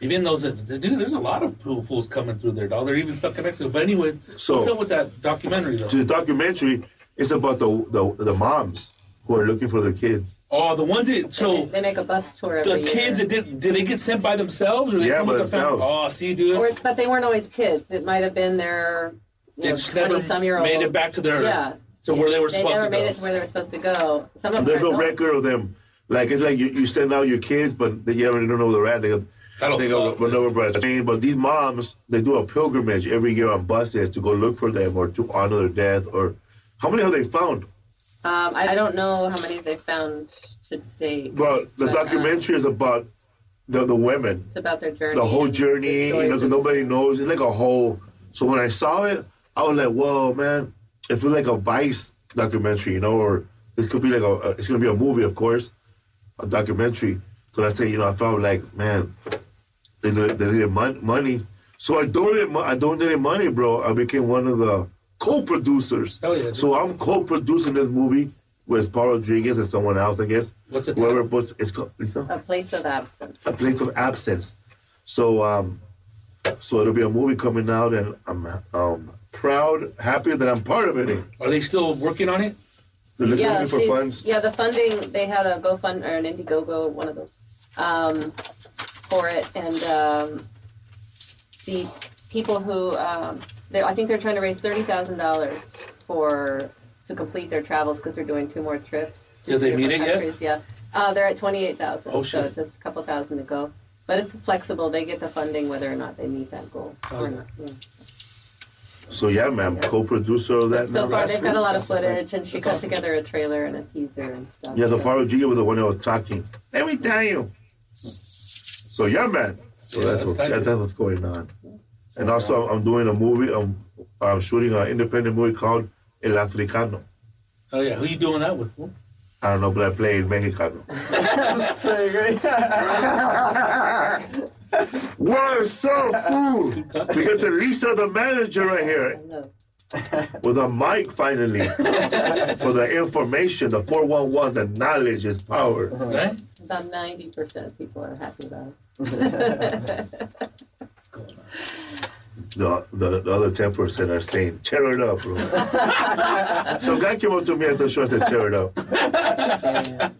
Even those that, dude, there's a lot of pool fools coming through there, dog. They're even stuck in Mexico. But anyways,
So-
what's up with that documentary though?
To the documentary, it's about the, the the moms who are looking for their kids.
Oh, the ones that so
they make a bus tour every
the
year.
kids that did did they get sent by themselves or they
Yeah,
come
by
with the family?
themselves.
Oh, see, dude,
Or, but they weren't always kids. It might have been their you
they
know,
just never
20-some-year-old.
made it back to their
Yeah.
to where they were
They
supposed
never
to
made
go.
it to where they were supposed to go. Some of them
There's
are
no
adults.
record of them. Like it's like you, you send out your kids, but they, you already don't know where they're at. They go,
That'll
they go
suck.
run over by a train. But these moms, they do a pilgrimage every year on buses to go look for them or to honor their death. Or how many have they found?
Um, I I don't know how many they found to date.
Well, the
But, uh,
documentary is about the, the women
It's about their journey.
the whole
and
journey.
stories
You know, 'cause
of-
nobody knows. It's like a whole. So when I saw it, I was like, "Whoa, man! It feels like a Vice documentary, you know, or this could be like a. a- It's gonna be a movie, of course, a documentary." So I say, you know, I felt like, man, they needed, they needed mon- money. So I donated, mo- I donated money, bro. I became one of the co-producers.
Hell yeah, dude.
So I'm co-producing this movie with Paul Rodriguez and someone else, I guess.
What's it
Whoever
titled?
puts it's called. It's not,
A place of absence.
a place of absence. So um, so it'll be a movie coming out, and I'm um, proud, happy that I'm part of it.
Are they still working on it?
They're looking
yeah,
for
she's-
funds.
yeah, the funding they had a GoFund or an Indiegogo, one of those, um, for it, and um, the people who um, they, I think they're trying to raise thirty thousand dollars for to complete their travels because they're doing two more trips. to
Did they
two
meet
different
it yet?
countries, Yeah, uh, they're at twenty eight thousand.
Oh,
so
shit.
just a couple thousand to go. But it's flexible. They get the funding whether or not they meet that goal or
Oh, yeah.
not. Yeah, so.
So yeah, man, I'm co-producer of that.
So
now.
far, they've got a lot of
That's awesome.
footage, and she
That's
got
awesome.
together a trailer and a teaser and stuff.
yeah, the
so-
Paro Giga was the one that was talking. Let me tell you. So yeah, man. So
Yeah,
that's,
that's
what,
tight,
that, that's what's going on. And also, I'm doing a movie. I'm, I'm shooting an independent movie called El Africano.
Oh yeah, who you doing that with? fool?
I don't know, but I played Mexicano. What a so fool! We got the Lisa, the manager, right here
No.
with a mic finally for the information, the 411, the knowledge is power.
Right?
About ninety percent of people are happy about it.
The, the, the other 10% are saying, tear it up, bro. Some guy came up to me at the show and said, tear it up.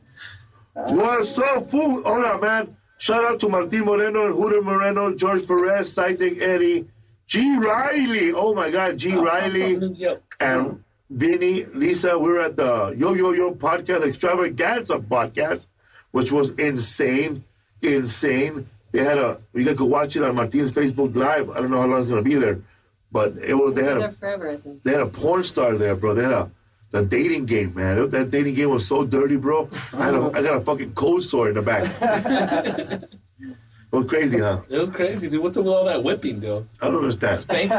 What's up, fool? Hola, man. Shout out to Martin Moreno, Huda Moreno, George Perez, Sidek Eddie, G. Riley. Oh my God, G. Riley.
From New York.
and Vinny, Lisa, we were at the Yo Yo Yo podcast, extravaganza podcast, which was insane, insane. They had a you guys could watch it on Martin's Facebook Live. I don't know how long it's gonna be there, but it was they had
They're
a
forever, I think.
they had a porn star there, bro. They had a the dating game, man. It- That dating game was so dirty, bro. I had a, I got a fucking cold sore in the back. it was crazy, huh?
It was crazy, dude. What's up with all that whipping, though?
I don't understand.
Spanking.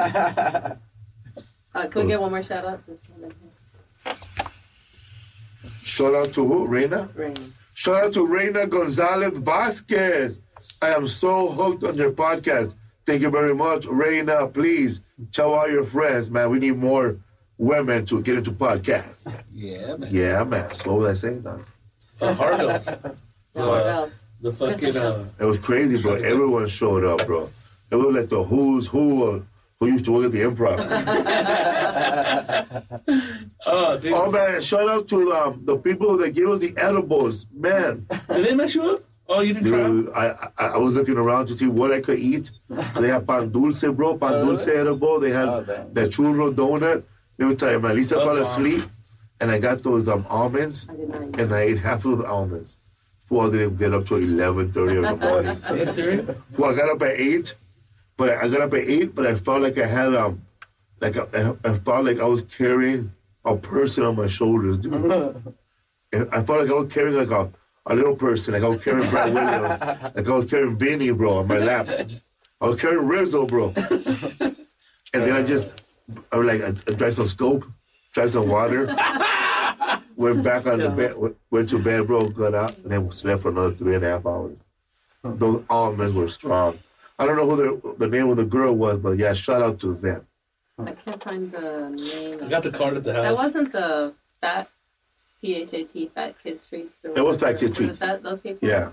Uh, can we get one more shout out? This one, right here.
Shout out to who? Reina?
Rain.
Shout out to Reina Gonzalez Vasquez. I am so hooked on your podcast. Thank you very much, Reina. Please tell all your friends, man. We need more women to get into podcasts.
yeah, man.
Yeah, man. So what was I saying? Don?
Uh, Hardos.
No one else.
The fucking uh,
It was crazy, bro. Everyone showed up, bro. It was like the who's who of- who used to work at the improv.
oh, dude.
oh man, shout out to um, the people that gave us the edibles, man.
Did they mess you up? Oh, you didn't try.
Dude, I, I I was looking around to see what I could eat. They had pan dulce, bro. Pan dulce edible. They had
Oh, damn.
the churro donut. Let me tell you, man. Lisa
Oh,
fell
wow.
asleep, and I got those um, almonds,
I did not eat.
and I ate half of the almonds. Fool, I didn't get up till eleven thirty in the morning.
Are you serious?
Fool, I got up at eight, but I, I got up at eight, but I felt like I had um, like I, I felt like I was carrying a person on my shoulders, dude. And I felt like I was carrying like a, a little person, like I was carrying Brad Williams, like I was carrying Vinny, bro, on my lap. I was carrying Rizzo, bro. And then I just, I was like, I, I drank some scope, drank some water, went back on the bed, went, went to bed, bro, got out, and then slept for another three and a half hours. Those almonds were strong. I don't know who the, the name of the girl was, but yeah, shout out to them.
I can't find the name.
I
of-
got the card at the
That
house.
wasn't the fat, P H A T, fat kid treats. Or
It was
whatever.
Fat Kid
Was
Treats.
that those people?
Yeah.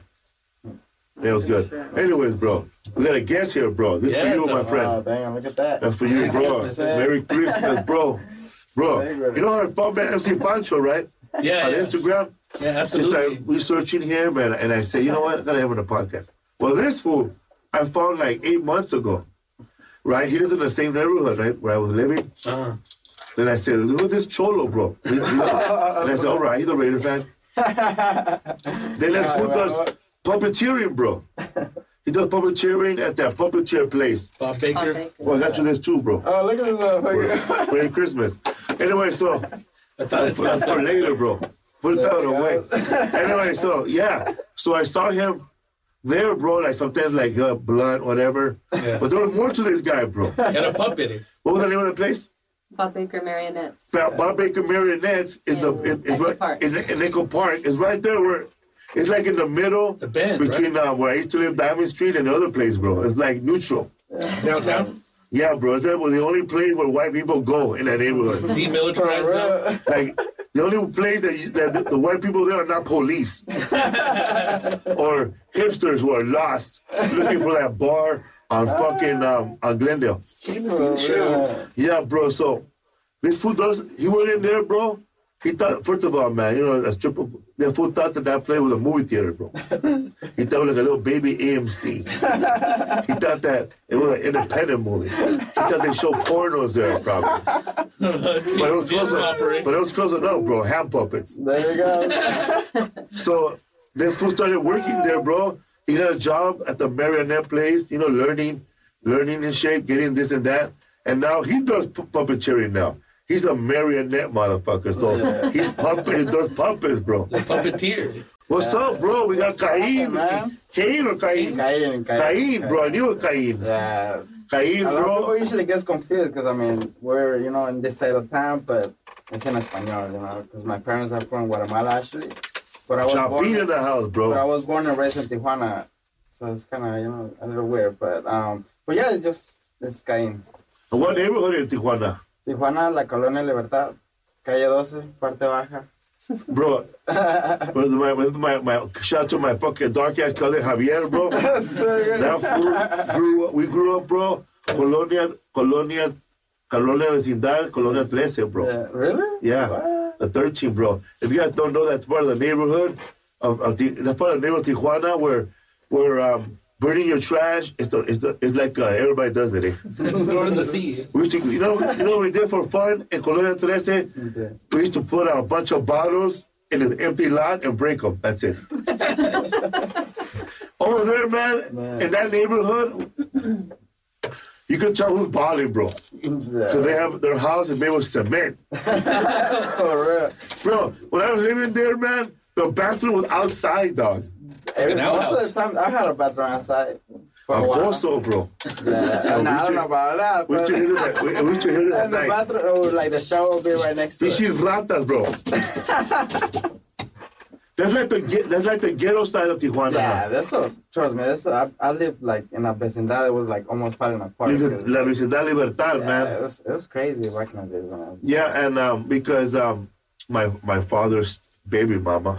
That was good. Anyways, bro, we got a guest here, bro. This
Yeah,
for you, my
dog.
friend.
Oh, damn, look at that.
That's for you, bro.
Christmas, eh?
Merry Christmas, bro.
Hey,
Bro,
brother.
you know how I found that MC Pancho, right?
yeah,
On
yeah.
Instagram.
yeah,
Just
absolutely.
like researching him, and, and I say, you know what? I gotta have him on a podcast. Well, this fool I found like eight months ago, right? He lives in the same neighborhood, right? Where I was living.
Uh-huh.
Then I said, who's this Cholo, bro? and I said, all right, he's a Raider fan. then that fool does puppeteering, bro. He does puppeteering at that puppeteer place.
Bob Baker.
Okay.
Well, I got you this too, bro.
Oh, look at this motherfucker.
Merry Christmas. Anyway, so
I thought it
that's
smelled
for later, bro. Put that away. Anyway, so yeah, so I saw him there, bro. Like sometimes, like uh, blunt, whatever.
Yeah.
But there was more to this guy, bro. What
He had a puppet in it.
was the name of the place?
Bob Baker Marionettes.
Bob Bob Baker Marionettes is the is,
In
is
Echo
right
Park.
in, in Echo Park. It's right there where it's like in the middle
The bend,
between uh, where I used to live, Diamond Street, and the other place, bro. It's like neutral.
Downtown.
Yeah, bro. That was the only place where white people go in that neighborhood.
Demilitarized zone.
Like the only place that, you, that the, the white people there are not police or hipsters who are lost looking for that bar on fucking um, on Glendale.
Came to see the show.
Yeah, bro. So this fool does. He went in there, bro. He thought first of all, man, you know, a stripper. The fool thought that that place was a movie theater, bro. he thought it was like a little baby AMC. he thought that it was an independent movie. He thought they show pornos there, probably. But it was close
Just
enough.
operate.
But it was close enough, bro. Hand puppets.
There you go.
So this fool started working there, bro. He got a job at the marionette place, you know, learning, learning and shape, getting this and that. And now he does pu- puppeteering now. He's a marionette motherfucker. So he's puppet, he does puppets, bro.
Puppeteer.
What's up, bro? We got Cain.
man?
Cain or Cain?
Cain, Cain.
Cain, bro. I knew it was Cain.
Yeah.
Cain,
A lot of people
bro.
usually gets confused because I mean we're you know in this side of town, but
It's in Espanol, you know, because my parents are from Guatemala actually. But I was
Chapin in
born,
the house,
but I
bro.
was born and raised in Tijuana, so it's kind of you know a little weird. But um, but yeah, it's just this guy in
And what neighborhood in Tijuana?
Tijuana, La Colonia Libertad, calle 12, parte baja.
Bro, with my, with my, my, shout out to my fucking dark ass cousin Javier, bro. that fool grew, we grew up, bro. Colonia, Colonia, Colonia Vecindad, Colonia 13, bro.
Yeah, really?
Yeah,
What?
the 13, bro. If you guys don't know, that's part of the neighborhood of, of the, that's part of the neighborhood of Tijuana where where um, burning your trash is the, is the, it's like uh, everybody does it. eh?
Just throw it in the sea.
We used to, you know, you know what we did for fun in Colonia 13?
Okay.
We used to put out a bunch of bottles in an empty lot and break them. That's it. Over there, man,
Man.
in that neighborhood, you could tell who's balling, bro. Because they
Yeah.
have their house is made with cement.
For real.
Bro, when I was living there, man, the bathroom was outside, dog.
Every, most
outhouse.
of the time, I had a bathroom outside. For a while.
Also, bro.
Yeah.
we
Nah, I
should-
don't know about that.
We
but-
used to hear that, we, we used to hear that
And the
night.
bathroom, oh, like the shower will be right next to
This
it.
is ratas, bro. that's like the ge- that's like the ghetto side of Tijuana.
Yeah, that's so. Trust me, that's I, I lived like in a vecindad that was like almost falling apart.
Liber- La Vecindad Libertad,
yeah, It
man.
was, it was crazy back in the days when I was.
Yeah, and um, because um, my my father's baby mama,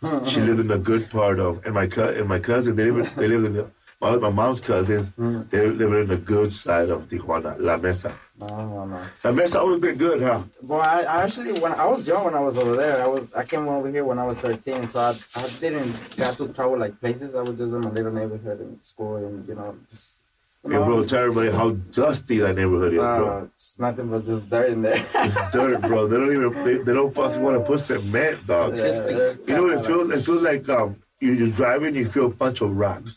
Hmm.
she lived in the good part of, and my co- and my cousin they lived they lived in the, my, my mom's cousins
Hmm.
they lived in the good side of Tijuana, La Mesa.
No, no, no.
La Mesa always been good, huh?
Well, I, I actually when I was young when I was over there, I was I came over here when I was thirteen, so I, I didn't got to travel like places. I was just in my little neighborhood and school, and you know just. you
And bro,
know,
tell everybody how dusty that neighborhood is, bro.
uh, it's nothing but just dirt in there.
It's dirt, bro. They don't even they, they don't fucking want to put cement, dog.
Yeah,
beats.
You know what it feels? It feels like um, you, you're driving, you feel a bunch of rocks.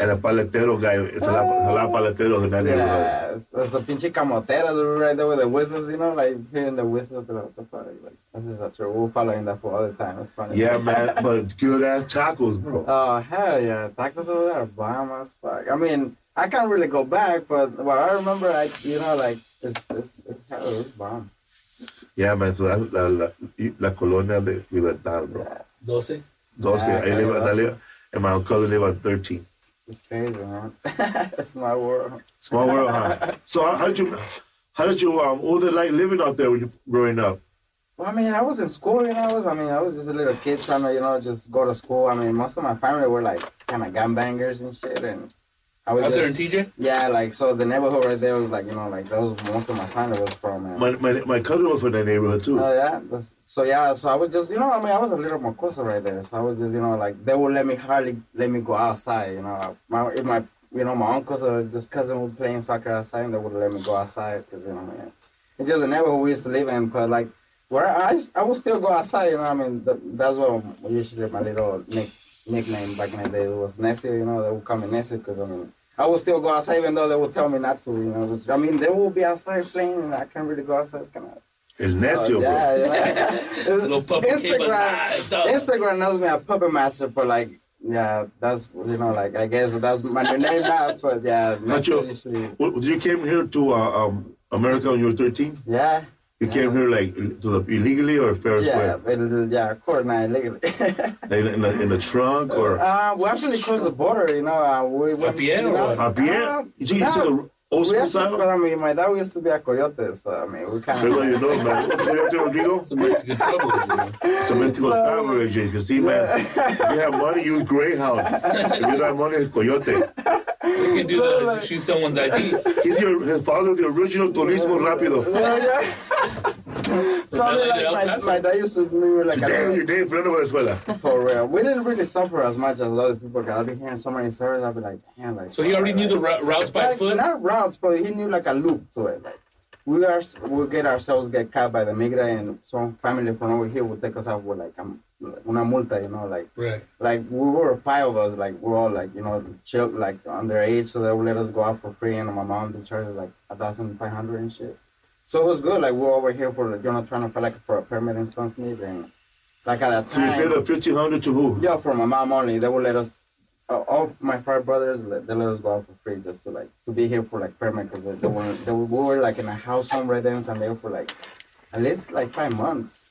and a paletero guy, it's a lot, it's a lot of paleteros in that neighborhood.
Yeah, there's a pinche camotera right there with the whistles, you know, like hearing the whistles throughout the party. Like, this is a trip. We'll follow in that for other time. It's funny.
Yeah, man, but good ass tacos, bro.
Oh, hell yeah. Tacos over there are bomb as fuck. I mean, I can't really go back, but what I remember, I, you know, like, it's, it's, it's hell, it's bomb.
Yeah, man, so that's la, la, la Colonia de Libertad, bro.
Doce.
Those
Yeah,
I live, and I
that's-
live, and my uncle live on 13.
It's crazy, man. it's my world.
Small world, huh? So how, how did you, how did you, um, what was it like living out there when you growing up?
Well, I mean, I was in school, you know. I was, I mean, I was just a little kid trying to, you know, just go to school. I mean, most of my family were like kind of gangbangers and shit, and I was
Out there in
just-
TJ?
Yeah, like so the neighborhood right there was like, you know, like that was most of my family was from. Man.
My, my, my cousin was from that neighborhood too.
Oh yeah, that's, so yeah, so I was just, you know, I mean, I was a little mocoso right there, so I was just, you know, like they would let me hardly let me go outside, you know. My if my you know my uncles or just cousin were playing soccer outside, and they would let me go outside because you know, man, it's just the neighborhood we used to live in, but like. Where I, used- I would still go outside, you know. I mean, th- that's what usually my little nick, nickname back in the day was Nessie, you know. They would call me Nessie because I mean, I would still go outside even though they would tell me not to, you know. Just- I mean, they would be outside playing, and I can't really go outside. It's kind of
It's Necio, bro.
Oh, yeah, yeah.
Little puppy came
Instagram,
alive, dog.
Instagram knows me a puppet master, but like, yeah, that's you know, like I guess that's my new name now. But yeah,
Not you.
usually,
Well, You came here to uh, um, America when you were 13?
yeah,
You came here like to the, illegally or fair and
yeah,
square?
it'll- yeah, court now legally.
Like in, a, in a trunk or a
uh, we actually crossed the border, you know. Uh, we went,
pie or
you know,
what?
uh,
uh,
You took you
no.
took the old
We
school
actually,
style?
but I mean, my dad used to be a coyote, so I mean, we kind
That's all you
of.
know, man. What you got there, Rodrigo?
Somebody's good trouble. you know.
It's a mythical travel agent. You can see, man, if you have money, use Greyhound. If you don't have money, use Coyote.
You can do the shoot someone's ID.
He's your, his father, the original Turismo Rápido.
So I mean, like, my, my dad used to be like a
Today, your day, Fernando Venezuela.
For real, we didn't really suffer as much as other people. Cause I've been hearing so many stories. I've been like, damn, like.
So he already knew the rou- routes by
like,
foot.
Not routes, but he knew like a loop to it. Like, we are, we get ourselves get caught by the migra, and some family from over here will take us out with like a, una multa, you know, like.
Right.
Like we were five of us, like we're all like you know chill, like underage, so they would let us go out for free, and my mom they charged us like a thousand five hundred and shit. So it was good. Like we're over here for like, you know trying to find like for a permit and something, and like at that
So you
time.
paid the 1500 to who?
Yeah, for my mom only. They will let us, uh, all my five brothers, let- they let us go out for free just to like to be here for like permit because they, they were they were, we were like in a house home right there in San Diego for like at least like five months.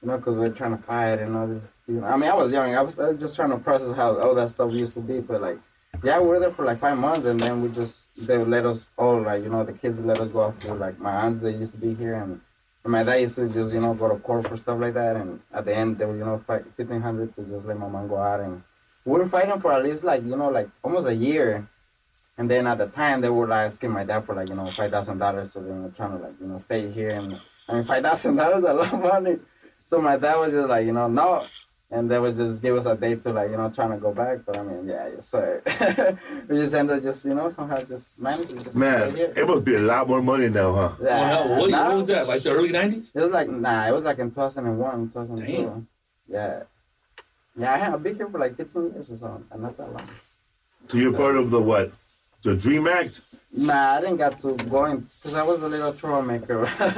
You know, because we we're trying to fight and all this. You know, I mean, I was young. I was, I was just trying to process how all that stuff used to be. But like, yeah, we were there for like five months, and then we just they would let us all like you know the kids let us go out for like my aunts they used to be here and. and My dad used to just, you know, go to court for stuff like that, and at the end, they were, you know, fight fifteen hundred to just let my mom go out, and we were fighting for at least like, you know, like almost a year, and then at the time they were like asking my dad for like you know five thousand dollars, so they were trying to like you know stay here and I mean five thousand dollars is a lot of money. So my dad was just like you know no, and they would just give us a date to like you know trying to go back. But I mean yeah, yes sir. we just ended up just you know somehow just managing to just
Man,
stay here.
it must be a lot more money now, huh?
Oh, hell, what,
nah,
what was that? Like the early '90s?
It was like nah, it was like in 2001, 2002.
Damn.
Yeah, yeah, I had I've been here for like 15 years or so, and not that long.
So you're part of the what? The Dream Act?
Nah, I didn't got to go in because I was a little troublemaker. but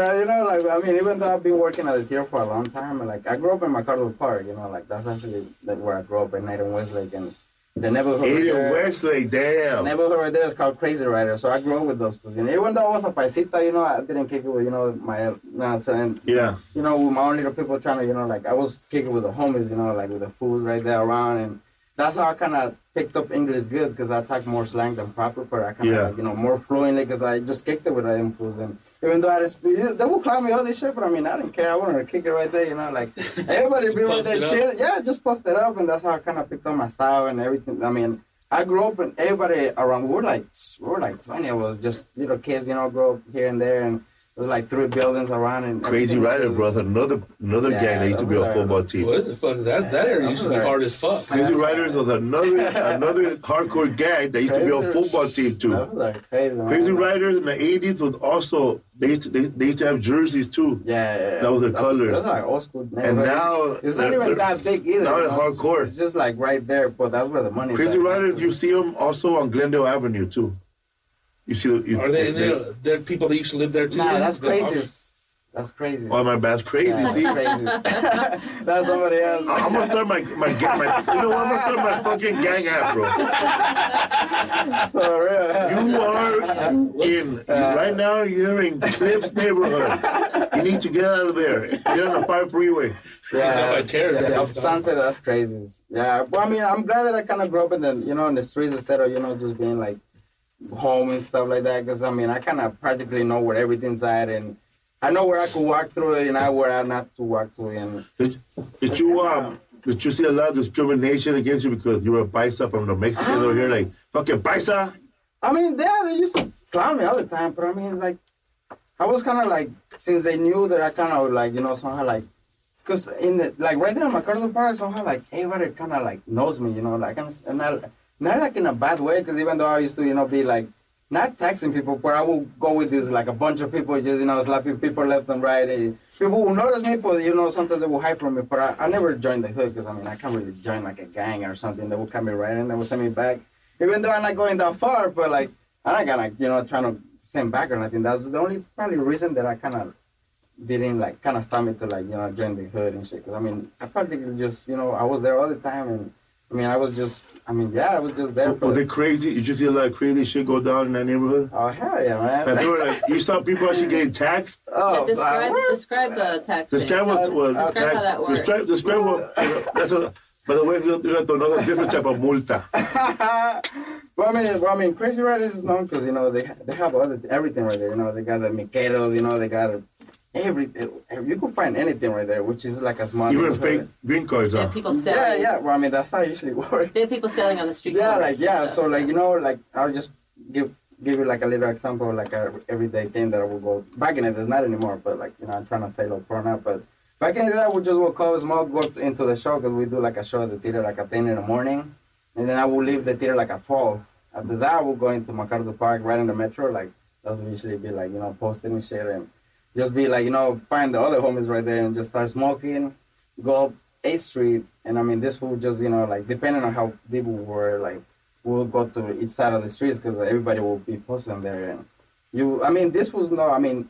uh, you know, like I mean, even though I've been working at the theater for a long time, and, like I grew up in McArdle Park, you know, like that's actually like where I grew up in Nathan Westlake and the neighborhood.
Aiden
there-
Westlake, damn.
Neighborhood right there is called Crazy Rider, so I grew up with those. fools, You know, even though I was a paisita, you know, I didn't kick it with you know my uh, son,
Yeah.
you know, with my own little people trying to, you know, like I was kicking with the homies, you know, like with the fools right there around, and that's how I kind of picked up English good because I talk more slang than proper, but I kind of,
Yeah.
like, you know, more fluently because I just kicked it with them fools, and even though I didn't speak, they would call me all this shit, but I mean, I didn't care. I wanted to kick it right there, you know, like everybody be right
post
there
it up.
chilling. Yeah, just post it up, and that's how I kind of picked up my style and everything. I mean. I grew up and everybody around. We were like we were like twenty. of us, just little kids, you know, grow up here and there, and there was like three buildings around. And
Crazy
everything
Rider,
was-
brother. Another another
Yeah,
gang that used to be
those
a
are-
football team.
What is the fuck? That that area used to be
Those are-
hard as fuck.
Crazy Riders was another another hardcore gang that used to be a football team too.
That was like crazy. man.
Crazy Riders in the eighties was also they used to, they, they used to have jerseys too.
Yeah, yeah, yeah.
That was the colors.
That's like old school. name,
And
right?
now
it's
they're-
not even
they're-
that big either.
now
you
it's
know?
hardcore.
It's just like right there, but that's where the money. is
Crazy
at.
Riders, you see them also on Glendale Avenue too. You see, you,
Are they? There there are people that used to live there too.
Nah,
then?
that's
The-
crazy. That's crazy.
oh my bad, crazy.
Yeah, that's
see,
crazy. that's somebody else.
I'm gonna start my my, ga- my you know what? I'm gonna start my fucking gang app, bro.
For real.
You are in
Uh,
right now. You're in Cliffs neighborhood. You need to get out of there. You're on the five freeway.
Down by Terror,
yeah,
man.
yeah, sunset. That's crazy. Yeah, but I mean, I'm glad that I kind of grew up in the you know in the streets instead of you know just being like home and stuff like that. Because I mean, I kind of practically know where everything's at, and I know where I could walk through it, and I where I not to walk through. And
Did, did you um? Did you see a lot of discrimination against you because you were a paisa from the Mexicans over here? Like fucking paisa.
I mean, yeah, they used to clown me all the time, but I mean, like, I was kind of like, since they knew that I kind of like, you know, somehow like, cause in the, like right there in MacArthur Park, somehow like everybody kind of like knows me, you know, like, and, and I, not like in a bad way, cause even though I used to, you know, be like, not taxing people, but I will go with this like a bunch of people just, you know, slapping people left and right. and people will notice me, but you know, sometimes they will hide from me. But I, I never joined the hood because I mean, I can't really join like a gang or something. They will cut me right and they will send me back. Even though I'm not going that far, but like, I'm not gonna, you know, trying to send back or nothing. That's the only probably reason that I kind of didn't like kind of stop me to like, you know, join the hood and shit. Cause I mean, I practically just, you know, I was there all the time and I mean, I was just, I mean, yeah, I was just there.
Was
but-
it crazy? Did you see a lot of crazy shit go down in that neighborhood?
Oh hell yeah, man!
And they were like, you saw people actually getting taxed.
Oh,
Yeah, describe,
uh,
describe the tax. thing.
Describe what was
Describe how
tax.
that works.
Describe, describe what. That's a. By the way, you got to another different type of multa.
well, I mean, well, I mean, Crazy Riders is known because you know they they have other everything right there. You know, they got the miqueros, you know, they got every you can find anything right there, which is like a small.
Even
neighborhood.
fake green cards.
Yeah,
Huh?
people
Yeah,
selling.
yeah. Well, I mean, that's how it usually works.
They have people selling on the street.
Yeah,
corners
like
and
yeah.
stuff.
So like you know, like I'll just give give you like a little example, like uh, a everyday thing that I would go back in it. It's not anymore, but like you know, I'm trying to stay low for now. But back in the day, I would just walk up small, go to- into the show because we do like a show at the theater like at ten in the morning, and then I would leave the theater like at twelve. After that, I would go into MacArthur Park, right in the metro. Like that would usually be like you know posting and shit, and just be like you know find the other homies right there and just start smoking go up Eighth Street, and I mean, this will just you know like depending on how people were like, we'll go to each side of the streets because everybody will be posting there, and you, I mean, this was no, I mean,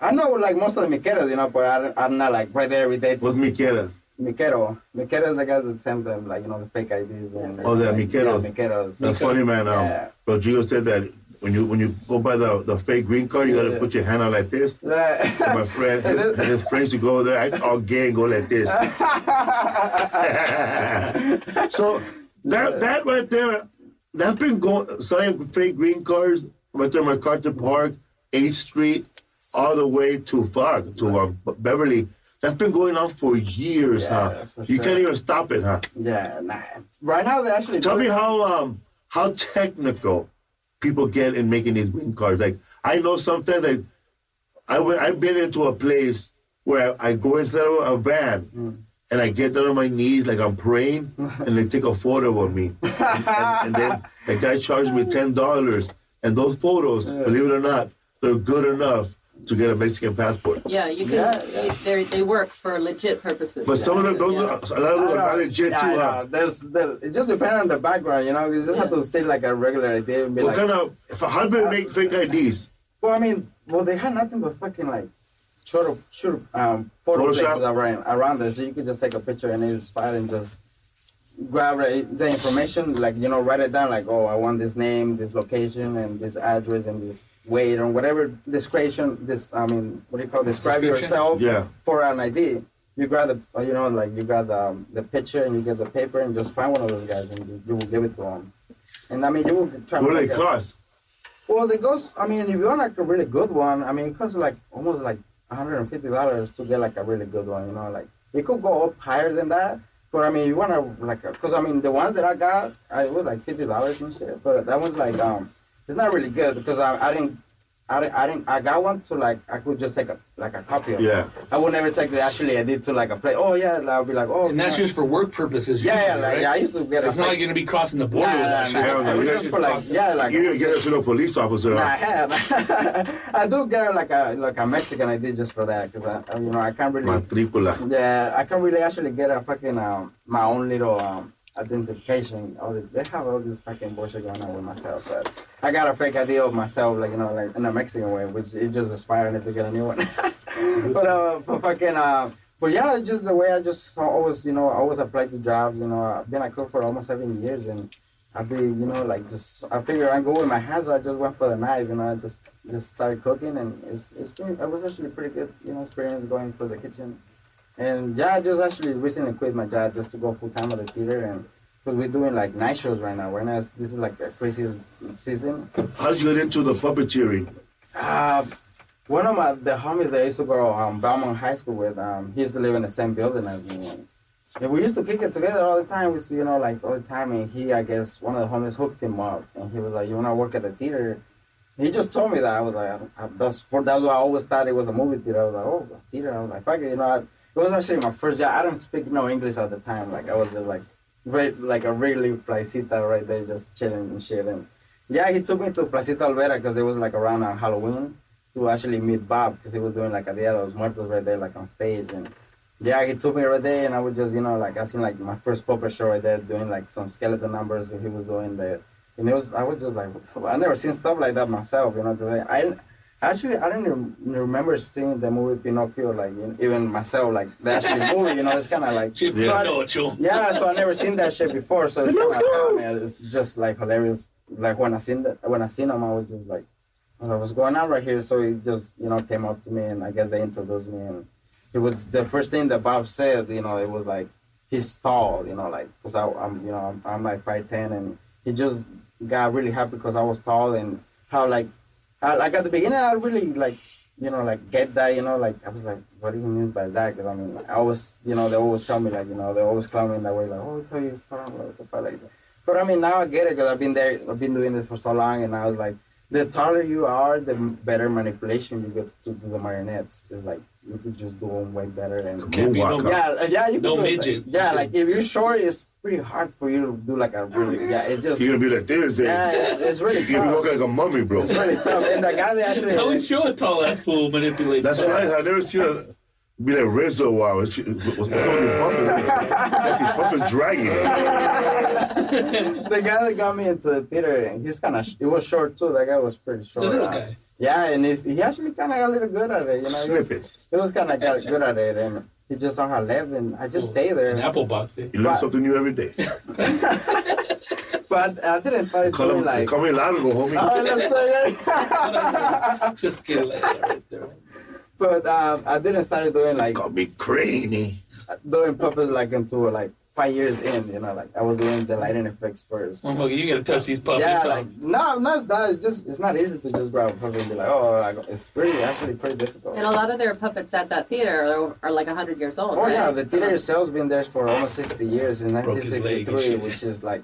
I know like most of the miqueros, you know, but I, I'm not like right there every day.
Was Miqueras.
Miquero, miqueros, the guys that send them like you know the fake IDs and
Oh, they're
like,
miqueros.
yeah, miqueros.
That's funny, man. Um,
Yeah.
Rodrigo said that when you when you go by the, the fake green card, you gotta
Yeah.
put your hand out like this.
Like,
My friend, his, and his friends, you go over there, act all gay and go like this. so that that right there, that's been going selling fake green cards right there, MacArthur Park, Eighth Street, all the way to fuck to um, Beverly. That's been going on for years,
Yeah,
huh?
that's for
you
sure.
can't even stop it, huh?
yeah, nah. Right now, they actually.
Tell me
doing-
how um how technical people get in making these green cards. Like I know sometimes that I w- I've been into a place where I go into a van
Mm.
and I get down on my knees like I'm praying and they take a photo of me. And, and- and then the guy charged me ten dollars. And those photos, believe it or not, they're good enough to get a Mexican passport.
Yeah, you can.
Yeah,
you- They, they work for legit purposes.
But some of them, those, a
Yeah.
lot of
I
them
know.
are legit too.
Yeah, I know.
huh?
There's, there, it just depends on the background, you know. You just have
Yeah.
to say like a regular idea and be
What
like,
kind of? How do they make fake IDs?
well, I mean, well, they had nothing but fucking like short, of- short um, photo
Photoshop?
places around around there, so you could just take a picture and it's spot and just grab the the information, like you know, write it down, like oh, I want this name, this location, and this address, and this weight, or whatever description. This, I mean, what do you call describe
Description?
yourself
Yeah.
for an ID. You grab the, uh, you know, like you grab the, um, the picture and you get the paper and just find one of those guys and you, you will give it to them. And I mean, you will try. to
What do they
make a-
cost?
well, the ghost. I mean, if you want like a really good one, I mean, it costs like almost like one hundred and fifty dollars to get like a really good one. You know, like it could go up higher than that. But I mean, you want to like, uh, cause I mean, the ones that I got, I it was like fifty dollars and shit. But that one's like, um, it's not really good because I, I didn't. I, didn't- I didn't. I got one to like. I could just take a like a copy of. it.
Yeah.
I would never take the actually edit to like a play. Oh yeah, I'll be like, oh.
And that's
yeah.
just for work purposes.
Yeah, yeah,
usually,
like,
right?
yeah. I used to get.
It's
a
not
fake-
like you're gonna be crossing the border
Nah,
with that
nah,
shit.
nah,
Hell no,
for
you
just for like, yeah, like
You didn't get that shit a police officer.
Nah, I
huh?
have. I do get like a like a Mexican ID just for that because I, I you know I can't really
Matrícula.
yeah I can't really actually get a fucking um my own little um identification. All this, they have all this fucking bullshit going on with myself, but I got a fake idea of myself like you know like in a Mexican way, which it just inspired me to get a new one. but uh, for fucking uh, but yeah, it's just the way I just always, you know, I always apply to jobs. You know, I've been a cook for almost seven years, and I've been, you know, like just I figure I go with my hands, so I just went for the knife, and I just just started cooking, and it's it's been it was actually pretty good, you know, experience going for the kitchen, and yeah, I just actually recently quit my job just to go full time at the theater, and because we're doing like night shows right now. Right now, it's- this is like the craziest season.
How did you get into the puppeteering?
Uh, one of my the homies that I used to go to um, Belmont High School with, um, he used to live in the same building as me. And we used to kick it together all the time. We used to, you know, like all the time. And he, I guess, one of the homies hooked him up, and he was like, "You wanna work at the theater?" He just told me that. I was like, I, I, "That's for that's what I always thought it was a movie theater." I was like, "Oh, a theater." I was like, "Fuck it," you know. I, it was actually my first job. I don't speak no English at the time. Like I was just like, right, like a really placita right there, just chilling and shit. And yeah, he took me to Placita Olvera because it was like around uh, Halloween to actually meet Bob because he was doing like a Dia de los Muertos right there, like on stage. And yeah, he took me right there, and I was just, you know, like I seen like my first puppet show right there doing like some skeleton numbers that he was doing there. And it was, I was just like, I never seen stuff like that myself, you know, because I, I actually I don't even remember seeing the movie Pinocchio, like you know, even myself, like the actual movie, you know, it's kind of like
Chip
Yeah.
Pinocho.
yeah, so I never seen that shit before, so it's kind of man, it's just like hilarious. Like when I seen that, when I seen him, I was just like, I was like, "What's going on right here?" So he just, you know, came up to me, and I guess they introduced me, and it was the first thing that Bob said. You know, it was like he's tall, you know, like because I'm, you know, I'm, I'm like five ten, and he just got really happy because I was tall and how like, I, like at the beginning, I really like, you know, like get that, you know, like I was like, what do you mean by that? Because I mean, I always, you know, they always tell me like, you know, they always tell me in that way, like, oh, tell you it's fine, like, the fuck, like that. But I mean, now I get it because I've been there, I've been doing this for so long, and I was like, the taller you are, the better manipulation you get to do the marionettes. It's like you could just do them way better and
Can't be no-
Moonwalker.
yeah, uh, yeah, you
No
can do it,
midget.
Like, yeah, like if you're short, it's pretty hard for you to do like a really. Yeah, it just.
You're gonna be like this, eh?
yeah, it's, it's really
You're gonna
tough.
look like a mummy, bro.
it's really tough, and the guy that actually.
How is your tall ass fool manipulated?
That's right. I never seen a be like Rizzo. Wow, was something bumping. Like his bump is dragging.
the guy that got me into the theater, and he's kind of sh- he was short too. That guy was pretty short.
little
uh,
guy.
Yeah, and he's, he actually kind of got a little good at it. You know, he was-
Snippets.
He was kind of got good at it, and he just somehow
Oh.
left, and I just stayed there.
An apple box. eh?
You learn something new every day.
But I, I didn't start it
Call
till
him,
like.
call me Largo, homie.
Oh, no, sorry.
Just get like that right there.
but um, I didn't start doing like
Call me Craney.
doing puppets like until like five years in. You know, like I was doing the lighting effects first.
Motherfucker, you gotta touch these puppets.
Yeah,
huh?
like no, no, it's not. It's just it's not easy to just grab a puppet and be like, oh, like, it's pretty actually pretty difficult.
And a lot of their puppets at that theater are, are like 100 years old.
Oh
right?
yeah, the theater itself's been there for almost 60 years in
Broke his leg and
1963,
shit.
which is like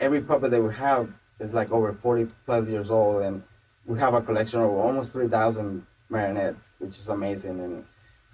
every puppet that we have is like over 40 plus years old, and we have a collection of almost 3,000 marionettes, which is amazing. And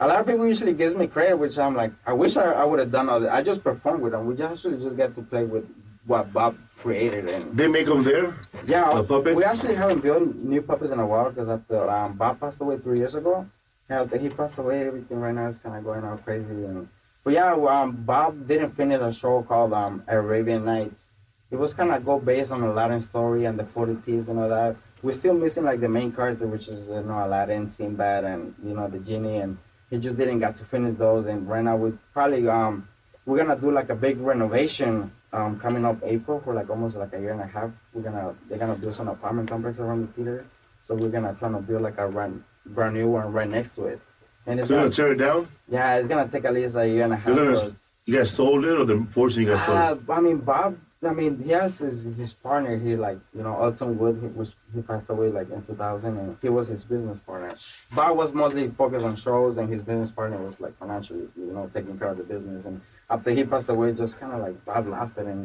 a lot of people usually gives me credit, which I'm like, I wish I, I would have done all that. I just performed with them. We actually just get to play with what Bob created and
They make them there.
yeah,
The puppets?
we actually haven't built new puppets in a while because after um, Bob passed away three years ago, yeah, after he passed away, everything right now is kind of going all crazy. And but yeah, um, Bob didn't finish a show called um, Arabian Nights. It was kind of go based on Aladdin story and the Forty Thieves and all that. We're still missing like the main character, which is you know Aladdin, Sinbad, and you know the genie, and he just didn't get to finish those. And right now we probably um we're gonna do like a big renovation um, coming up April for like almost like a year and a half. We're gonna they're gonna build some apartment complex around the theater, so we're gonna try to build like a run, brand new one right next to it. And it's
They're
gonna,
gonna tear it down.
yeah, it's gonna take at least a year and a half.
They're gonna.
so-
You guys sold it, or they're forcing you guys sold
uh,
it?
I mean, Bob. I mean, he has his, his partner here, like you know, Elton Wood, he- which he passed away like in 2000, and he was his business partner. Bob was mostly focused on shows, and his business partner was like financially, you know, taking care of the business. And after he passed away, just kind of like Bob lost it, and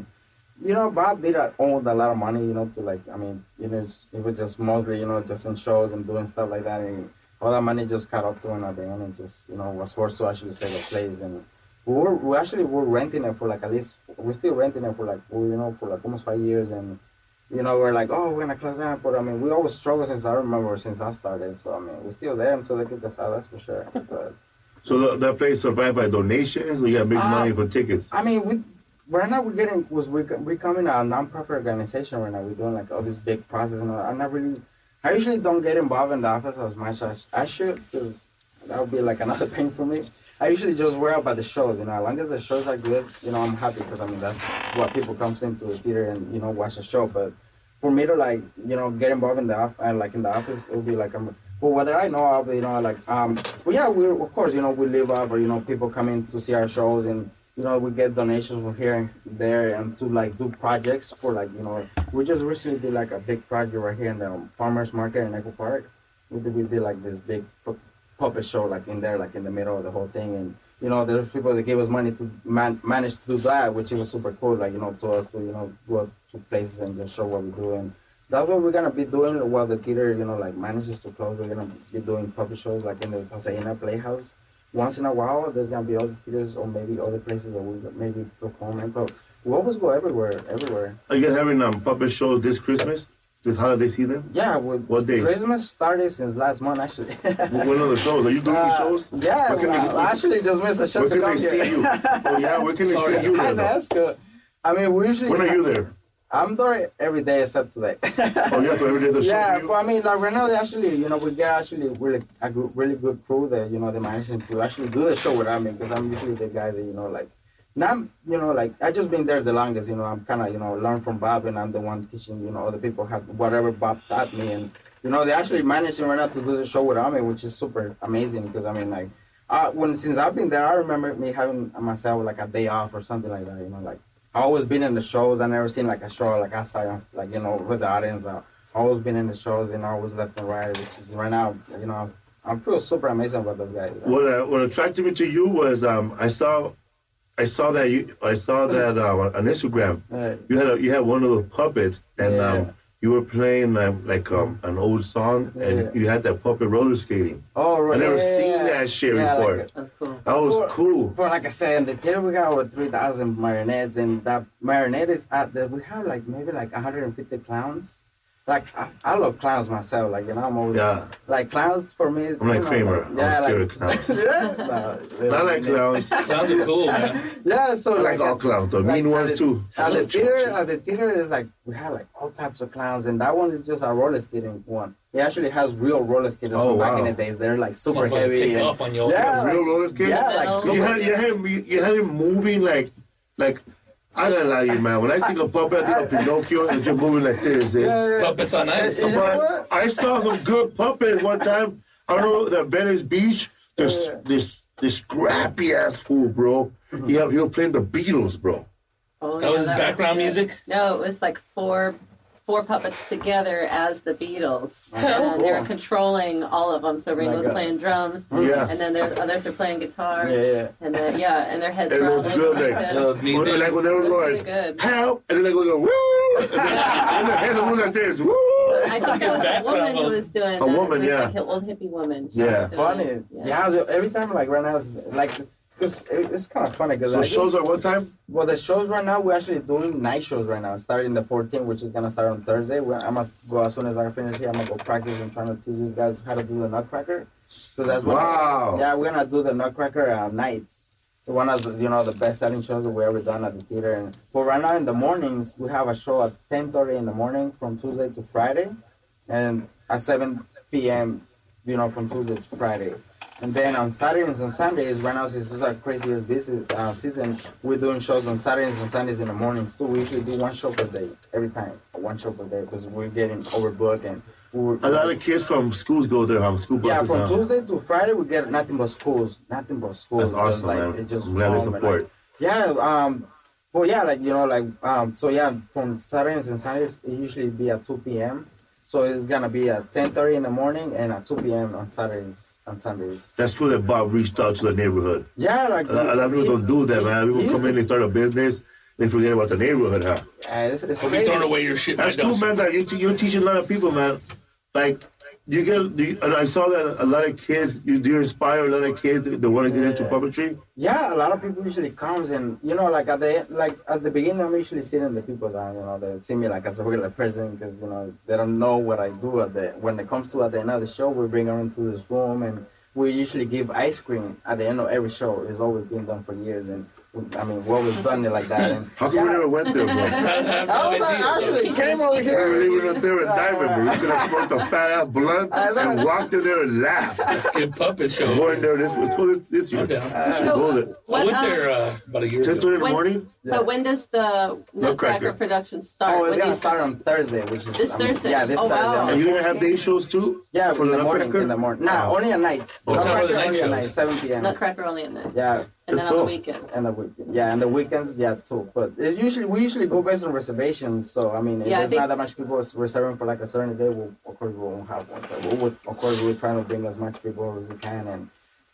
you know, Bob did uh, owned a lot of money, you know, to like, I mean, you know, it's- he was just mostly, you know, just in shows and doing stuff like that, and all that money just caught up to him at the end, and just, you know, was forced to actually sell the place, and we were, we actually were renting it for like at least, we're still renting it for like, well, you know, for like almost five years, and you know, we're like, oh, we're gonna close down, but I mean, we always struggle since I remember since I started, so I mean, we're still there until they kick us out, that's for sure. But
So the, that place survived by donations. We got big
Uh,
money for tickets.
I mean, we right now we're getting was we're becoming a nonprofit organization right now. We're doing like all this big process and all. I'm not really. I usually don't get involved in the office as much as I should because that would be like another thing for me. I usually just worry about the shows, you know. As long as the shows are good, you know, I'm happy because I mean that's what people comes into the theater and you know watch a show. But for me to like you know get involved in the off- and like in the office, it would be like I'm well whether I know of you know like um well yeah we of course you know we live up or you know people come in to see our shows and you know we get donations from here and there and to like do projects for like you know we just recently did like a big project right here in the um, farmers market in Echo Park. We did, we did like this big pu- puppet show like in there like in the middle of the whole thing and. You know, there's people that gave us money to man- manage to do that, which it was super cool. Like you know, to us to you know go to places and just show what we do and that's what we're gonna be doing while the theater, you know, like manages to close. We're gonna be doing puppet shows like in the Pasadena Playhouse. Once in a while, there's gonna be other theaters or maybe other places that we maybe perform in. But we always go everywhere, everywhere.
Are you guys having um puppet show this Christmas? This holiday season?
Yeah, with
What days?
Christmas started since last month actually.
Wh- When are the shows? Are you doing
Uh,
shows?
Yeah,
Where can
well,
they,
I actually just missed a
where
shot to
can they
come
see
here.
you? Oh yeah, where can they see you?
I
there,
know,
though?
that's good. I mean, we usually
When are you there?
I'm there every day except today.
Oh yeah, so every day the show.
Yeah,
you?
but I mean, like right now, they actually, you know, we get actually really a good, really good crew that you know they managing to actually do the show with I mean, because I'm usually the guy that you know like, now I'm, you know like I just been there the longest, you know I'm kind of you know learn from Bob and I'm the one teaching you know other people how whatever Bob taught me and you know they actually managing right now to do the show with Ami, which is super amazing because I mean like. I, when since I've been there, I remember me having myself like a day off or something like that. You know, like I always been in the shows. I never seen like a show like outside, I'm, like you know, with the audience. I always been in the shows and always left and right. Which is right now, you know, I feel super amazing about those guys.
What uh, what attracted me to you was um I saw, I saw that you I saw that uh, on Instagram
Uh,
you had a, you had one of the puppets and
Yeah.
um you were playing um, like um an old song
Yeah.
and you had that puppet roller skating.
oh,
I
right,
never
yeah,
seen
yeah,
that shit
Yeah, I
before.
like it.
That's cool.
that was
For-
cool.
But like I said, in the theater we got over three thousand marionettes, and that marionette is out there. We have like maybe like one hundred and fifty clowns. Like I, I love clowns myself. Like you know, I'm always
Yeah.
like clowns for me. is-
I'm like
you know,
Kramer. I'm
yeah,
scared
like,
of clowns.
yeah, no,
Not like clowns. I
Clowns are cool, man.
Yeah, so
like all
at-
clowns, though.
like
Mean
at
ones
the-
too.
At the theater, at the theater is like we have like all types of clowns, and that one is just a roller skating one. It actually has real roller skaters
Oh,
from back in
wow.
the days. They're like super
Motherfucker
heavy.
take
and-
off on y'all.
uh, yeah,
Real
like,
roller skating?
yeah, like
No.
You
super
had you had him you had him moving like like I gotta lie to you, man. When I think of puppet, I think of Pinocchio and just moving like this. eh?
Puppets on ice.
But
You know what?
I saw some good puppets one time. I remember that Venice Beach. This this this scrappy ass fool, bro. He he was playing the Beatles, bro.
Oh,
That
yeah,
was his background
good.
music?
No, it was like four four puppets together as the Beatles,
Oh,
that's
and they were
cool.
controlling all of them. So Ringo's
God.
playing drums,
Oh, Yeah.
and then there, others are playing guitar,
Yeah, yeah.
and then yeah, and their heads
It
were all
was good, eh?
like
like,
this.
When- like when they were going
Really good.
help, and then they go woo, and then and their heads were like this, woo.
I think that was a
Background
woman who
of-
was doing
A
that.
woman,
it was
yeah.
like an old hippie woman. She
Yeah.
was doing
funny.
it.
Yeah, the- every time like right now, it's like because it's kind of funny because
So shows at one time.
well the shows right now we're actually doing night shows right now, starting the 14th, which is gonna start on Thursday. We're, I must go as soon as I finish here. I'm gonna go practice and trying to teach these guys how to do the Nutcracker. So that's what
Wow.
yeah, we're gonna do the Nutcracker uh, nights. One of the, you know the best selling shows that we ever done at the theater. And but right now in the mornings we have a show at 10:30 in the morning from Tuesday to Friday, and at 7 p.m. You know from Tuesday to Friday. And then on Saturdays and Sundays, right now since it's our craziest busy uh, season, we're doing shows on Saturdays and Sundays in the mornings too. We usually do one show per day every time, one show per day because we're getting overbooked and we're
A lot of kids from schools go there. Um, school buses.
yeah, from
now.
Tuesday to Friday we get nothing but schools, nothing but schools.
That's
Just
awesome,
like,
man.
It's just
I'm glad they
home and,
support.
like- yeah, um, well, yeah, like you know, like um, so yeah, from Saturdays and Sundays it usually be at two p.m. So it's gonna be at ten thirty in the morning and at two p.m. on Saturdays and Sundays.
That's cool that Bob reached out to the neighborhood.
Yeah, like
A lot, a lot of people don't
he-
do that, man.
he
People
used
come in
to-
and start a business, they forget about the neighborhood, huh?
Yeah, it's, it's
We'll be
crazy.
throwing away your shit.
That's
windows.
cool, man. That you te- you're teaching a lot of people, man. Like you get, you, and I saw that a lot of kids. You do inspire a lot of kids that want to get into
Yeah.
puppetry.
Yeah, a lot of people usually comes and you know, like at the like at the beginning, I'm usually sitting the people down. You know, they see me like as a regular person because you know they don't know what I do at the when it comes to at the end of the show. We bring them into this room and we usually give ice cream at the end of every show. It's always been done for years, and I mean, we always done it like that. And
How come we never went there, bro?
I was like, actually came over
We
here.
really went there and diamond, bro. We could have smoked a fat ass blunt
I know.
and walked in there and laughed.
Fucking puppet show.
Going there this, let's go this, this year.
Okay.
We
Uh,
should go there.
I
What,
went
um,
there uh, about a year
Ten thirty
ago.
in the
When-
morning.
But when does the
Nutcracker.
Nutcracker production start?
Oh,
When
it's
do
gonna
you-
start on Thursday, which is
This
I mean,
Thursday?
Yeah, this
Oh,
Thursday.
wow.
And
on the
you're gonna have day shows too.
Yeah,
for
in the
Nutcracker?
morning. In the morning. Nah,
Oh.
only at night.
What
time are Oh, the night
only at
shows?
night, 7 p.m.
Nutcracker only at night,
Yeah,
and
Let's
then on the
go.
weekend.
and the weekend. Yeah, and the weekends, yeah, too. But it usually we usually go based on reservations. So I mean, if
Yeah, I
there's
think-
not that much people reserving for like a certain day, we'll, of course we won't have one. But we would, of course, we're trying to bring as much people as we can, and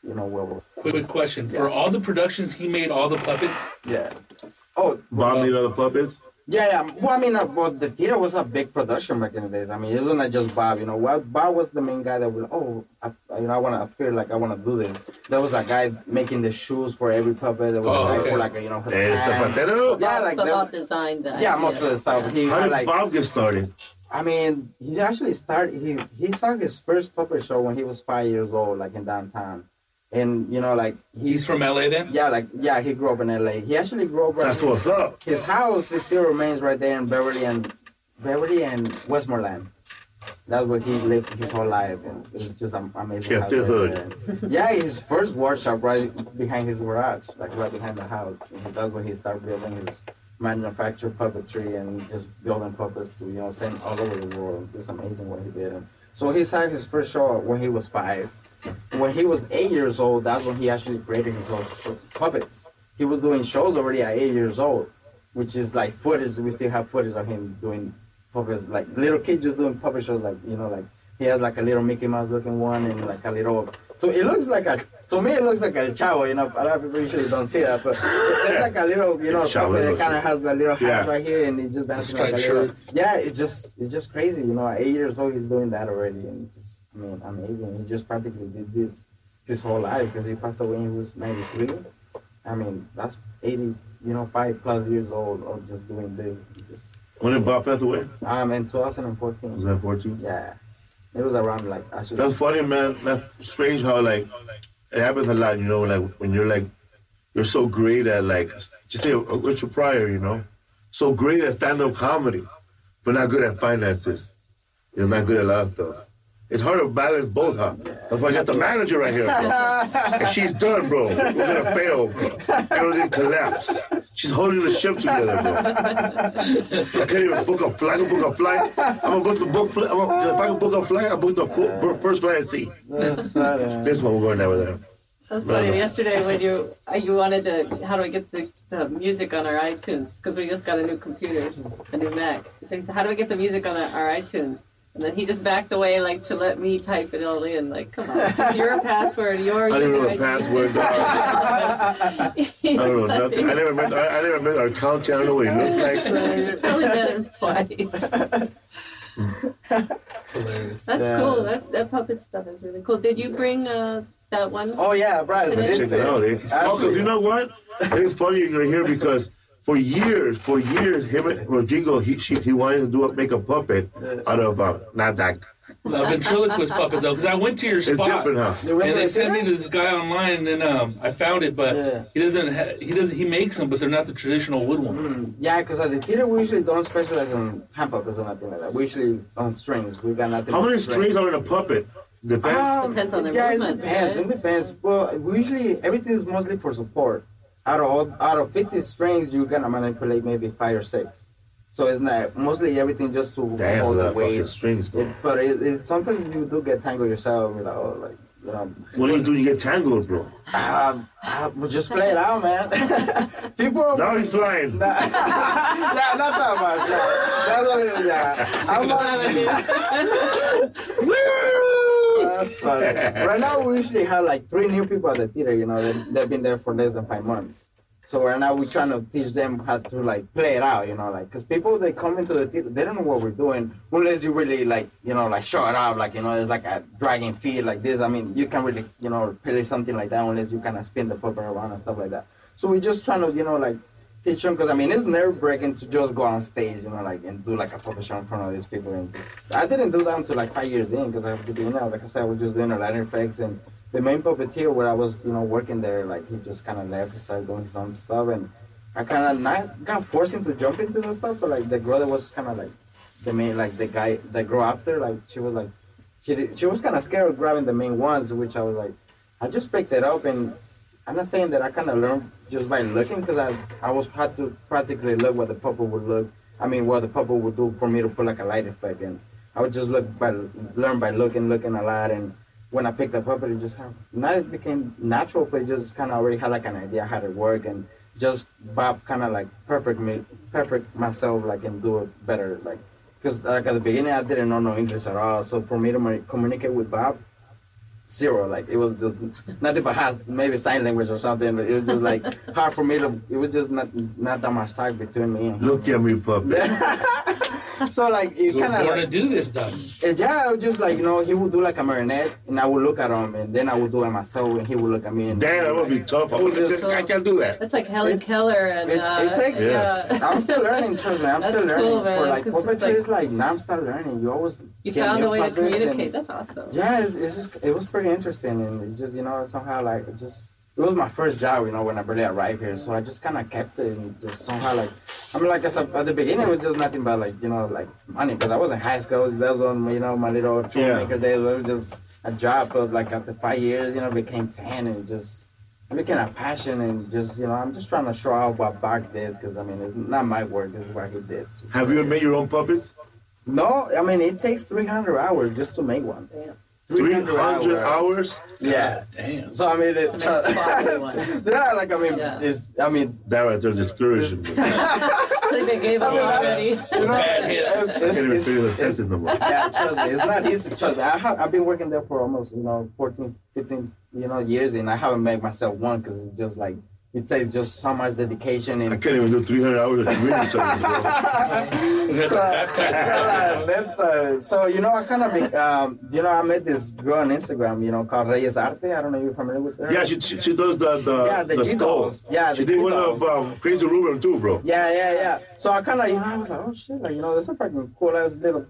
you know, we will.
Quick question. For all the productions he made, all the puppets,
Yeah. Oh,
Bob made all the puppets.
Yeah, yeah. Well, I mean, uh, well, the theater was a big production back in the days. I mean, it was not just Bob. You know, well, Bob was the main guy that would, oh, I, you know, I want to appear like I want to do this. There was a guy making the shoes for every puppet. There was
Oh,
a guy
okay.
for like, a, you know, for the
Hey,
hands.
Zapatero.
Yeah, like
but
they-
Bob designed that.
yeah, most of the stuff. He
How
had,
did
like,
Bob get started?
I mean, he actually started. He he saw his first puppet show when he was five years old, like in downtown, and you know, like
he's from LA then?
yeah, like yeah, he grew up in L.A. He actually grew up.
That's what's up.
his house it still remains right there in Beverly and Beverly and Westmoreland. That's where he lived his whole life, and it's just an amazing.
Kept
house
the
right
hood.
there. Yeah, his first workshop right behind his garage, like right behind the house. And that's where he started building his manufacture puppetry and just building puppets to you know send all over the world. It's amazing what he did. And so he had his first show when he was five. When he was eight years old, that's when he actually created his own sh- puppets. He was doing shows already at eight years old, which is like footage. We still have footage of him doing puppets, like little kid just doing puppet shows, like you know, like he has like a little Mickey Mouse looking one and like a little. So it looks like a. To me, it looks like a chavo. You know, a lot of people usually don't see that, but it's like a little, you know,
El chavo
puppet that
looks
kind of
like-
has that little hat
Yeah.
right here, and it just dancing like a
striped
little.
shirt.
Yeah, it's just it's just crazy. You know, at eight years old, he's doing that already, and just I mean, amazing. He just practically did this his whole life because he passed away when he was ninety three. I mean, that's eighty, you know, five plus years old of just doing this. It Just
When did Bob pass away?
um, in two thousand and fourteen.
Was that 14?
Yeah, it was around like actually.
That's funny, man. That's strange how like it happens a lot. You know, like when you're like you're so great at like just say Richard Pryor. You know, so great at stand-up comedy, but not good at finances. You're not good at a lot of stuff. It's hard to balance both, huh? That's why I got the manager right here, bro. and she's done, bro. We're gonna fail, bro. Everything collapsed. She's holding the ship together, bro. I can't even book a flight. I can book a flight. I'm gonna book the book. Fl- I'm gonna, if I can book a flight, I book the fo- first flight at sea.
That's not a-
This one we're going over there.
That's
No,
funny.
no.
Yesterday, when you uh, you wanted to, how do I get the, the music on our iTunes? Because we just got a new computer, a new Mac. So he said, how do I get the music on our iTunes? And then he just backed away, like to let me type it all in. Like, come on, this is your password, your
I don't know
user
the
ID.
password. dog. I don't
He's
know
like-
nothing. I never met. I, I never met our county. I don't know what he looks like.
I only met him twice.
It's hilarious.
That's
Yeah.
cool. That that puppet stuff is really cool. Did you bring uh, that one?
Oh yeah, right.
Check
This
Check it out,
thing.
eh? Oh, 'cause you know what? It's funny you're here because for years, for years, him and Rodrigo, he she, he wanted to do a, make a puppet out of uh, not that.
A Uh, ventriloquist puppet though, because I went to your
It's
spot.
different, huh?
And they sent me this guy online, and then um, I found it, but
Yeah.
he doesn't. Ha- he doesn't. He makes them, but they're not the traditional wood ones.
Yeah, because at the theater we usually don't specialize in hand puppets or nothing like that. We usually on strings. We got nothing.
How
but
many strings are in a pupuppet? The best.
Um,
Depends on their
yeah,
movements,
it depends.
right?
It depends. Well, we usually everything is mostly for support. Out of all, out of fifty strings, you're gonna manipulate maybe five or six. So it's not mostly everything just to
Damn,
hold the
that fucking
weight.
strings, bro.
It- but it, it, sometimes you do get tangled yourself. You're like, oh, like you know,
What do you do? You get tangled, bro.
um, ah, but just play it out, man. People. are-
Now he's flying.
yeah, not that much. Yeah. That's what it- yeah. I'm That's funny. Right now, we usually have like three new people at the theater. You know, they, they've been there for less than five months. So right now, we're trying to teach them how to like play it out. You know, like because people they come into the theater, they don't know what we're doing unless you really like, you know, like show it up. Like you know, it's like a dragging feet like this. I mean, you can really, you know, play something like that unless you kind of spin the puppet around and stuff like that. So we're just trying to, you know, like teach them because I mean it's nerve breaking to just go on stage, you know, like and do like a puppet show in front of these people. And I didn't do that until like five years in because I was doing that. Like I said, I was just doing a lighter effects and the main puppeteer where I was, you know, working there, like he just kind of left, and started doing some stuff, and I kind of not got forced into jump into the stuff, but like the girl that was kind of like the main, like the guy, the girl after, like she was like she did- she was kind of scared of grabbing the main ones, which I was like, I just picked it up and I'm not saying that I kind of learned just by looking, because I I was had to practically look what the puppet would look. I mean, what the puppet would do for me to put like a light effect in. I would just look by learn by looking, looking a lot, and when I picked the puppet, it just ha- not it became natural, but it just kind of already had like an idea how to work and just Bob kind of like perfect me, perfect myself like and do it better like. Because like at the beginning, I didn't know no English at all. So for me to ma- communicate with Bob, zero. Like it was just nothing but hard, maybe sign language or something. But it was just like hard for me to. It was just not not that much time between me and him.
Look at me, puppet.
So like you
You were
kind
born
of
to
like,
do this, though.
and yeah, I was just like you know he would do like a marionette and I would look at him and then I would do it myself and he would look at me. And
Damn, that would be tough. I, would just, I can't do that.
That's like Helen
It-
Keller and
It,
uh,
it takes.
Yeah.
I'm still learning, trust me. I'm still
That's
learning.
cool,
For
man,
like
'cause it's
puppetry
like-
is like now I'm still learning. You always
You
get
found
new
a way to
puppets and-
communicate. That's awesome.
Yeah, it's, it's just it was pretty interesting, and it just you know somehow like it just it was my first job, you know, when I really arrived here, so I just kind of kept it and just somehow like I mean like I said at the beginning it was just nothing but like you know like money because I was in high school, that was on you know my little troublemaker days, it was just a job, but like after five years, you know, it became ten and it just. I became a passion and just you know I'm just trying to show out what Bach did because I mean it's not my work it's what he did.
Have you made your own puppets?
No, I mean it takes 300 hours just to make one.
Yeah.
300 hours?
Yeah.
Damn.
So I mean, it,
quality one.
yeah, like I mean,
Yeah.
it's I mean,
That right there discourages me. I
I think they gave up already.
you know,
Bad hit.
it's,
can't even
it's,
feel the
it's,
sense in the more.
yeah, trust me, it's not easy. Trust me, I have, I've been working there for almost you know 14, 15 you know years, and I haven't made myself one because it's just like it takes just so much dedication
I
and.
can't even do 300 hours of community service, bro.
So, yeah, that, uh, so you know, I kind of, um, you know, I met this girl on Instagram, you know, called Reyes Arte. I don't know if you're familiar with her.
Yeah, she, she, she does the the,
Yeah, the
skulls.
Cheetos. Yeah,
she
the
did one of
Cheetos.
um, Crazy Ruben too, bro.
Yeah, yeah, yeah. So I kind of, you know, I was like, oh shit, like, you know, this is a fucking cool ass little,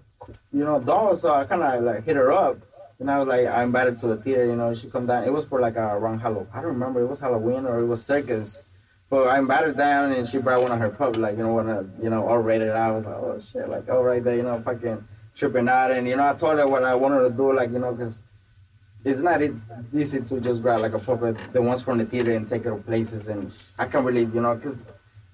you know, doll. So I kind of like hit her up. And I was like, I invited to the theater, you know, she come down. It was for like a around Halloween. I don't remember, it was Halloween or it was circus. But I invited her down and she brought one of her pups, like, you know, one of, you know, all rated out. I was like, oh shit, like, all right there, you know, fucking tripping out. And, you know, I told her what I wanted to do, like, you know, because it's not it's easy to just grab like a puppet, the ones from the theater and take it to places. And I can't really, you know, because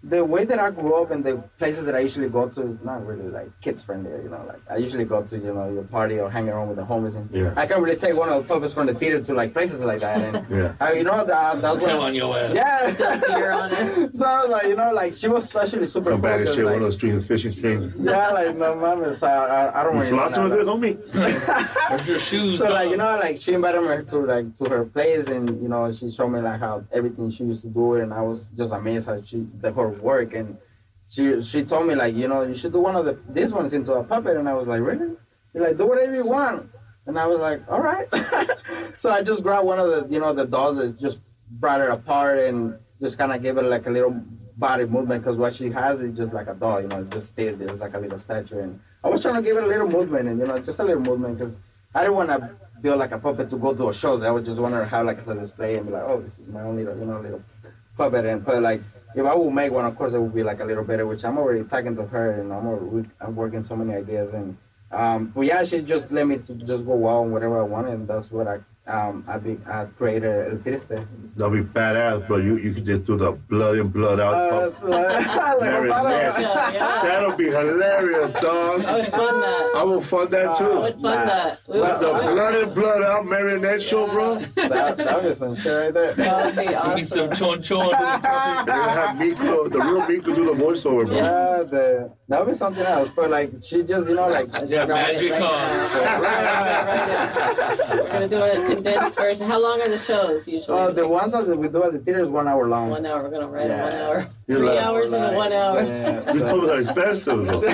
the way that I grew up and the places that I usually go to is not really like kids friendly, you know. Like I usually go to, you know, your party or hang around with the homies and
Yeah.
I can't really take one of the puppets from the theater to like places like that and
Yeah.
I, you know that that's
Tell
what-
on your ass.
Yeah.
You're on it.
so I was like, you know, like she was actually super
Come back and
cool, 'cause,
shit.
like-
One of those strings, fishing strings.
yeah, like my mom is. I, I, I don't
You
really. know
flossing
now,
with it,
like-
homie?
Where's your shoes?
So like
dog?
you know, like she invited me to like to her place, and you know, she showed me like how everything she used to do, and I was just amazed at she the, her work, and she she told me like you know you should do one of the these ones into a puppet, and I was like really, She's like do whatever you want, and I was like all right, so I just grabbed one of the you know the dolls that just brought it apart and just kind of gave it like a little body movement because what she has is just like a doll, you know, it just stayed there like a little statue, and I was trying to give it a little movement and you know just a little movement because. I didn't want to build like a puppet to go to a show. I would just want to have like as a display and be like, oh, this is my own little, you know, little puppet. And but like, if I would make one, of course, it would be like a little better. Which I'm already talking to her, and I'm already, I'm working so many ideas. And um, but yeah, she just let me to just go wild on whatever I want, and that's what I um I be I created El Triste.
That'll be badass, bro. You you could just do the blood in, blood out.
Uh,
pop.
like,
Very
I
nice.
Yeah, yeah.
That'll be hilarious,
I
dog.
would fund that.
I will fund that
I
too.
would fund that. We oh,
The
Uh,
would,
blood in, blood out marionette show, bro.
that that was some shit right there.
that would be
Give me some
awesome.
chon chon.
You're gonna have Miko, the real Miko, do the voiceover, bro.
Yeah, the, that was something else. But like, she just, you know, like,
Yeah, magic on.
We're gonna do a condensed version. How long are the shows usually?
Uh, the ones that we do at the theater is one hour long.
one hour. We're gonna write
Yeah.
one hour.
You're
Three
like-
hours into
Like,
one hour.
Yeah.
These
so-
puppets are expensive, though.
I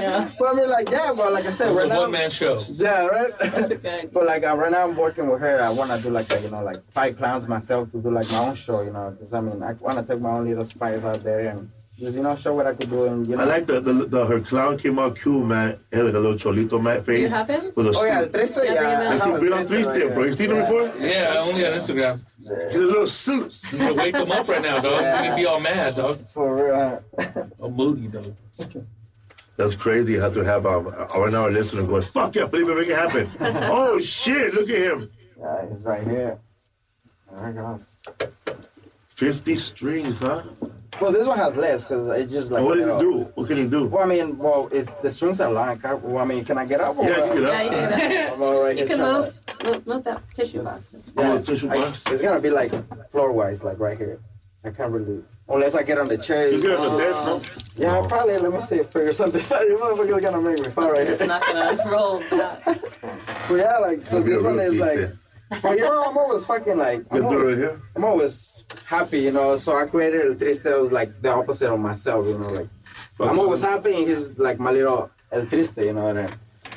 know.
But I mean, like, yeah, but like I said, right
It's a
now,
one man show.
yeah, right.
That's a good.
but like, uh, right now I'm working with her. I wanna do like, a, you know, like five clowns myself to do like my own show, you know, because I mean, I wanna take my own little spice out there and just, you know, show what I could do and you know.
I like the, the, the her clown came out cute, man. It had like a little cholito man face.
You have him?
With a
Oh yeah,
suit.
the Triste,
Yeah, bring it
yeah.
out.
That's
I
it,
have
Bring
a
on
Triste
three step,
right
bro. You
there.
seen him
Yeah.
before?
Yeah, only on Instagram.
He's a little suits.
I'm gonna wake him up right now, dog. He's gonna be all mad, dog.
For uh,
A moody, dog.
That's crazy how to have um, uh, right now our listener going, fuck yeah, Felipe, make it happen. oh shit, look at him.
yeah, he's right here. Oh There he goes.
50 strings, huh?
Well, this one has less because it just like.
And what does
uh,
it do? What can it do?
Well, I mean, well, it's the strings are long. Can I, well, I mean, can I get up? Or
Yeah, you can
Yeah, you
get
can
up.
do that.
I'm all right
You
here
can
trying to-
move. Move, move that tissue box.
Oh, it's tissue
I-
box?
it's gonna be like floor wise, like right here. I can't really, unless I get on the chair.
You get on the desk, no?
yeah, probably. Let me see, figure something. you motherfuckers gonna make me fall right
It's
here.
not gonna roll back.
But yeah, like so,
It'll be
this
a
one
real
is
piece
like.
then.
But you know, I'm always fucking like.
Let's do it
I'm
right
always,
here.
I'm always happy, you know. So I created El Triste. I was like the opposite of myself, you know. Like I'm always happy, and he's like my little El Triste, you know. what I mean?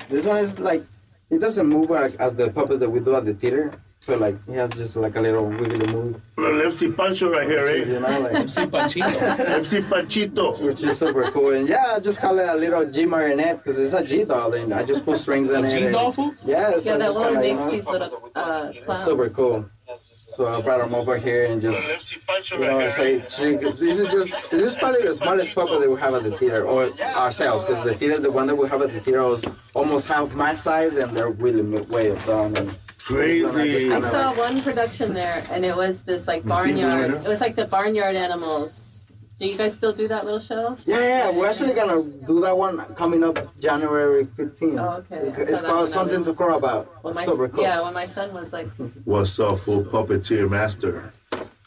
This one is like it doesn't move like, as the puppets that we do at the theater, but like he has just like a little wiggly move,
Little MC Pancho right here, eh?
you
right?
know, like
See Pacino.
MC Panchito.
which is super cool. And yeah, I just call it a little G marionette because it's a G doll, and I just put strings in
A
it.
G
and-
doll fool?
Yeah, so
Yeah, that
just
one
kinda, you
makes
know,
these little uh, clowns.
super cool. So I brought him over here and just You know, so it- she- this is just this is probably the smallest puppet that we have at the theater or ourselves because the theater the one that we have at the theater is almost half my size and they're really mi- way up down and
Crazy.
I saw one production there, and it was this like barnyard. It was like the barnyard animals. Do you guys still do that little show?
yeah, yeah we're actually gonna do that one coming up January 15th.
Oh, okay.
It's,
I saw
it's
that
called
one.
Something to Crow About.
When my,
Super cool.
Yeah, when my son was like
What's up, full uh, puppeteer master?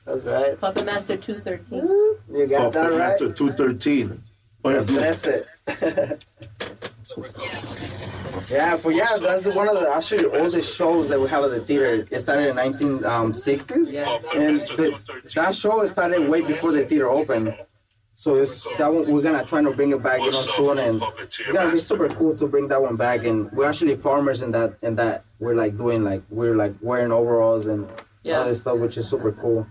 That's right.
Puppet Master 213.
You got that
Puppet
right.
master 213. Oh, yeah,
That's, that's it. yeah, but yeah, that's one of the actually oldest shows that we have at the theater. It started in 1960s,
Yeah.
and the, that show started way before the theater opened. So it's, that one we're gonna try to bring it back, you know, soon, and it's gonna be super cool to bring that one back. And we're actually farmers in that, in that we're like doing like we're like wearing overalls and
Yeah.
all this stuff, which is super cool.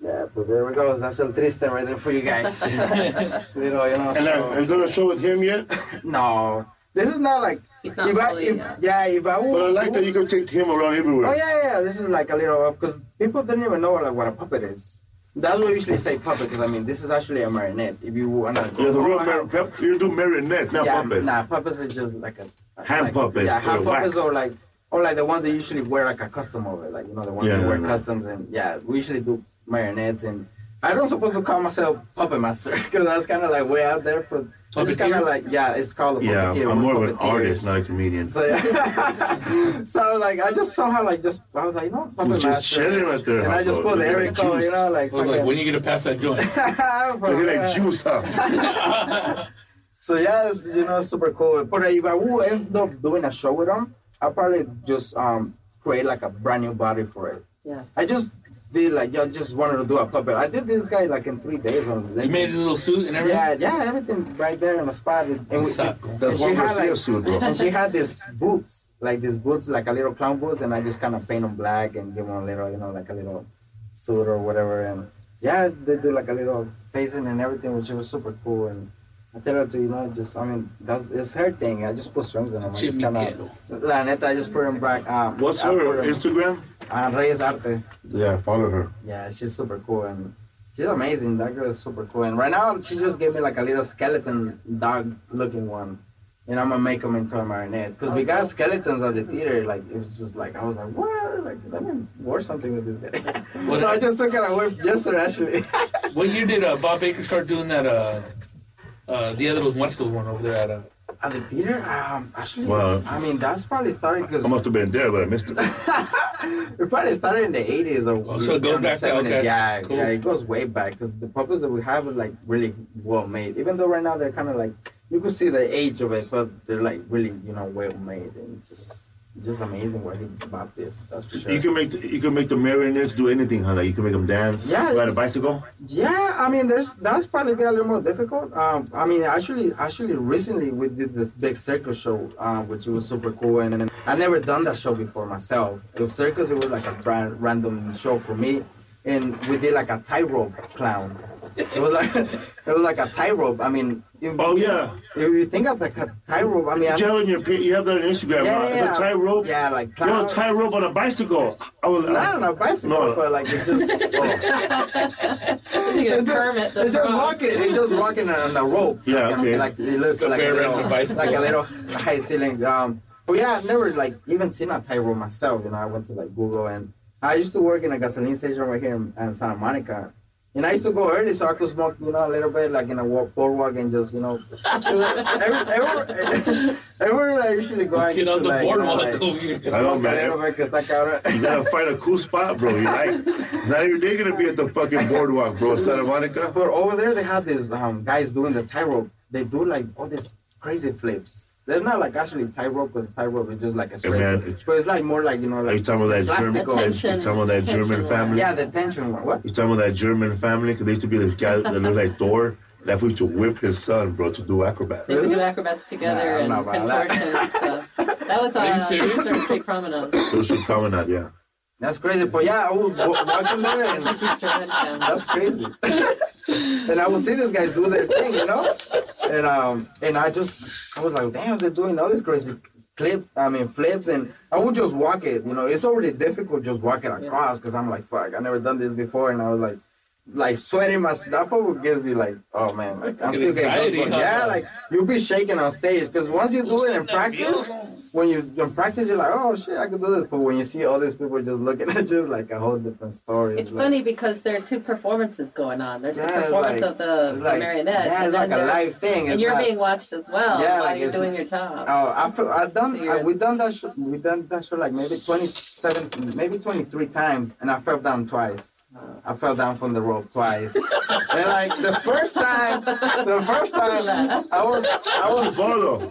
Yeah, but there we go. That's El Triste right there for you guys. you know, you know.
And
so-
I, I've done a show with him yet,
no, this is not like.
He's not
if I,
fully,
if,
yeah.
yeah. if I would.
but I like that you can take him around everywhere.
Oh yeah, yeah. This is like a little because people don't even know like what a puppet is. That's what we usually say puppet because I mean this is actually a marionette. If you wanna go,
You're the real
Oh,
mar- pep- you do marionette, not
yeah,
puppet.
Nah, puppets is just like a
Hand
like,
puppet
Yeah,
with a
hand puppets
whack.
or like or like the ones they usually wear like a custom over, like you know the ones
Yeah,
that
yeah,
wear
yeah.
customs and yeah, we usually do marionettes and I don't supposed to call myself puppet master because that's kind of like way out there. But it's kind of
Puppeteer?
like yeah, it's called a
Yeah,
puppeteer.
I'm,
we're
I'm more of an
puppeteers.
artist, not a comedian.
So, so like I just somehow like just I was like no puppet
Just
master,
shit him out there,
and I just
Hotdog.
put
Look at
Eric,
that juice.
you know, like,
I was like,
fucking-
when you gonna pass that joint?
Look
Fucking,
at that
uh,
juice up.
So yeah, it's, you know, it's super cool. But uh, if I would end up doing a show with them, I'll probably just um create like a brand new body for it.
Yeah.
I just did like I just wanted to do a puppet. I did this guy like in three days on.
You made a little suit and everything.
yeah, yeah, everything right there in the spot. And, and, we,
Suck.
That's
she
one
had,
Garcia
like-
suit, bro.
and she had these boots, like these boots, like a little clown boots, and I just kind of paint them black and give them a little, you know, like a little suit or whatever. And yeah, they do like a little facing and everything, which was super cool. And I tell her to, you know, just I mean, that's it's her thing. I just put strings in them. I just
Jimmy
kind
Kimmel.
of, la neta, I just put them back. Um,
What's
I
her
put 'em-
Instagram?
Uh, Reyes Arte.
Yeah, follow her.
Yeah, she's super cool and she's amazing. That girl is super cool. And right now, she just gave me like a little skeleton dog looking one. And I'm gonna make him into a marionette because we got skeletons at the theater. Like it was just like I was like, what? Like let me wear something with this guy.
What-
so I just took it away yesterday actually.
What year did uh, Bob Baker start doing that? Uh, uh, the other was Muertos one over there at. Uh,
at the theater, um, actually,
Wow.
I mean that's probably started because
I must have been there, but I missed it.
It probably started in the 80s or
Oh, so it goes
in the
back to-
70s.
okay.
Yeah,
Cool.
yeah, it goes way back because the puppets that we have are like really well made. Even though right now they're kind of like you could see the age of it, but they're like really you know well made and just just amazing what he Bob did. That's for sure.
You can make the, you can make the marionettes do anything, huh? Like you can make them dance,
Yeah.
ride a bicycle.
yeah, I mean there's that's probably got a little more difficult. Um, I mean actually actually recently we did this big circus show, um, which was super cool and, and I never done that show before myself. With circus it was like a brand, random show for me. and we did like a tightrope clown. It was like it was like a tightrope. I mean, if,
Oh yeah,
if you think of like a tightrope, I mean,
you
I,
have, on your, pa- you have that on Instagram.
Yeah,
huh?
yeah,
It's a
yeah.
tie rope.
yeah, like
You
clown.
have a tie rope on a bicycle. I was,
not on a bicycle,
No.
but like it's just
Oh,
You get a permit.
it's just walking, it's just walking on the rope.
Yeah,
like,
okay.
Like it looks
a
like a
bare
little,
random bicycle.
like a little high ceiling. Um, but yeah, I've never like even seen a tightrope myself. You know, I went to like Google and I used to work in a gasoline station right here in, in Santa Monica. And I used to go early so I could smoke, you know, a little bit, like in a walk, boardwalk, and just, you know, every, every, everywhere I usually go, I
Get
used to
on the Oh,
like, you know,
boardwalk
like,
over here.
I know,
smoke a little
man.
bit, 'cause like, I
You gotta find a cool spot, bro. You like now you're they're gonna be at the fucking boardwalk, bro, Santa Monica.
But over there, they have these um, guys doing the tie rope. They do like all these crazy flips. They're not like actually tie rope because tie rope is just like a straight.
man, it-
but it's like more like you know
Are you
like
talking about that
Plastic
German?
gold.
You talking about that
Attention,
German
attention.
family?
yeah the tension one. What?
You talking about that German family? 'Cause they used to be this guy that looked like Thor. That used to whip his son, bro, to do acrobats.
They would do acrobats together
Nah, I'm
and
not about that.
contortions and stuff. That was
you
on
serious?
Third Street Promenade.
Those should come out, yeah.
That's crazy. But yeah, I would wa- walk in there and
Keep your head down.
that's crazy. and I would see these guys do their thing, you know. And um and I just I was like, damn, they're doing all these crazy clip. I mean flips, and I would just walk it. You know, it's already difficult just walking across because I'm like, fuck, I never done this before, and I was like. Like sweating my that probably gives me like oh man like I'm
Get
still getting
anxiety,
goosebumps.
huh?
yeah like you'll be shaking on stage because once you do it in practice when you in practice you're like oh shit I could do this but when you see all these people just looking at you it's like a whole different story
It's
like-
funny because there are two performances going on. There's
Yeah,
the performance
like-
of the the
like,
marionette.
yeah,
and
it's
then
like a
there's-
live thing.
And
It's
you're
not-
being watched as well
Yeah,
while
like
you're
it's-
doing your job.
Oh, I feel, I've done
So you're-
I, we done that show we done that show like maybe twenty seven maybe twenty three times and I fell down twice. Uh, I fell down from the rope twice. and like the first time the first time I was I was
Follow.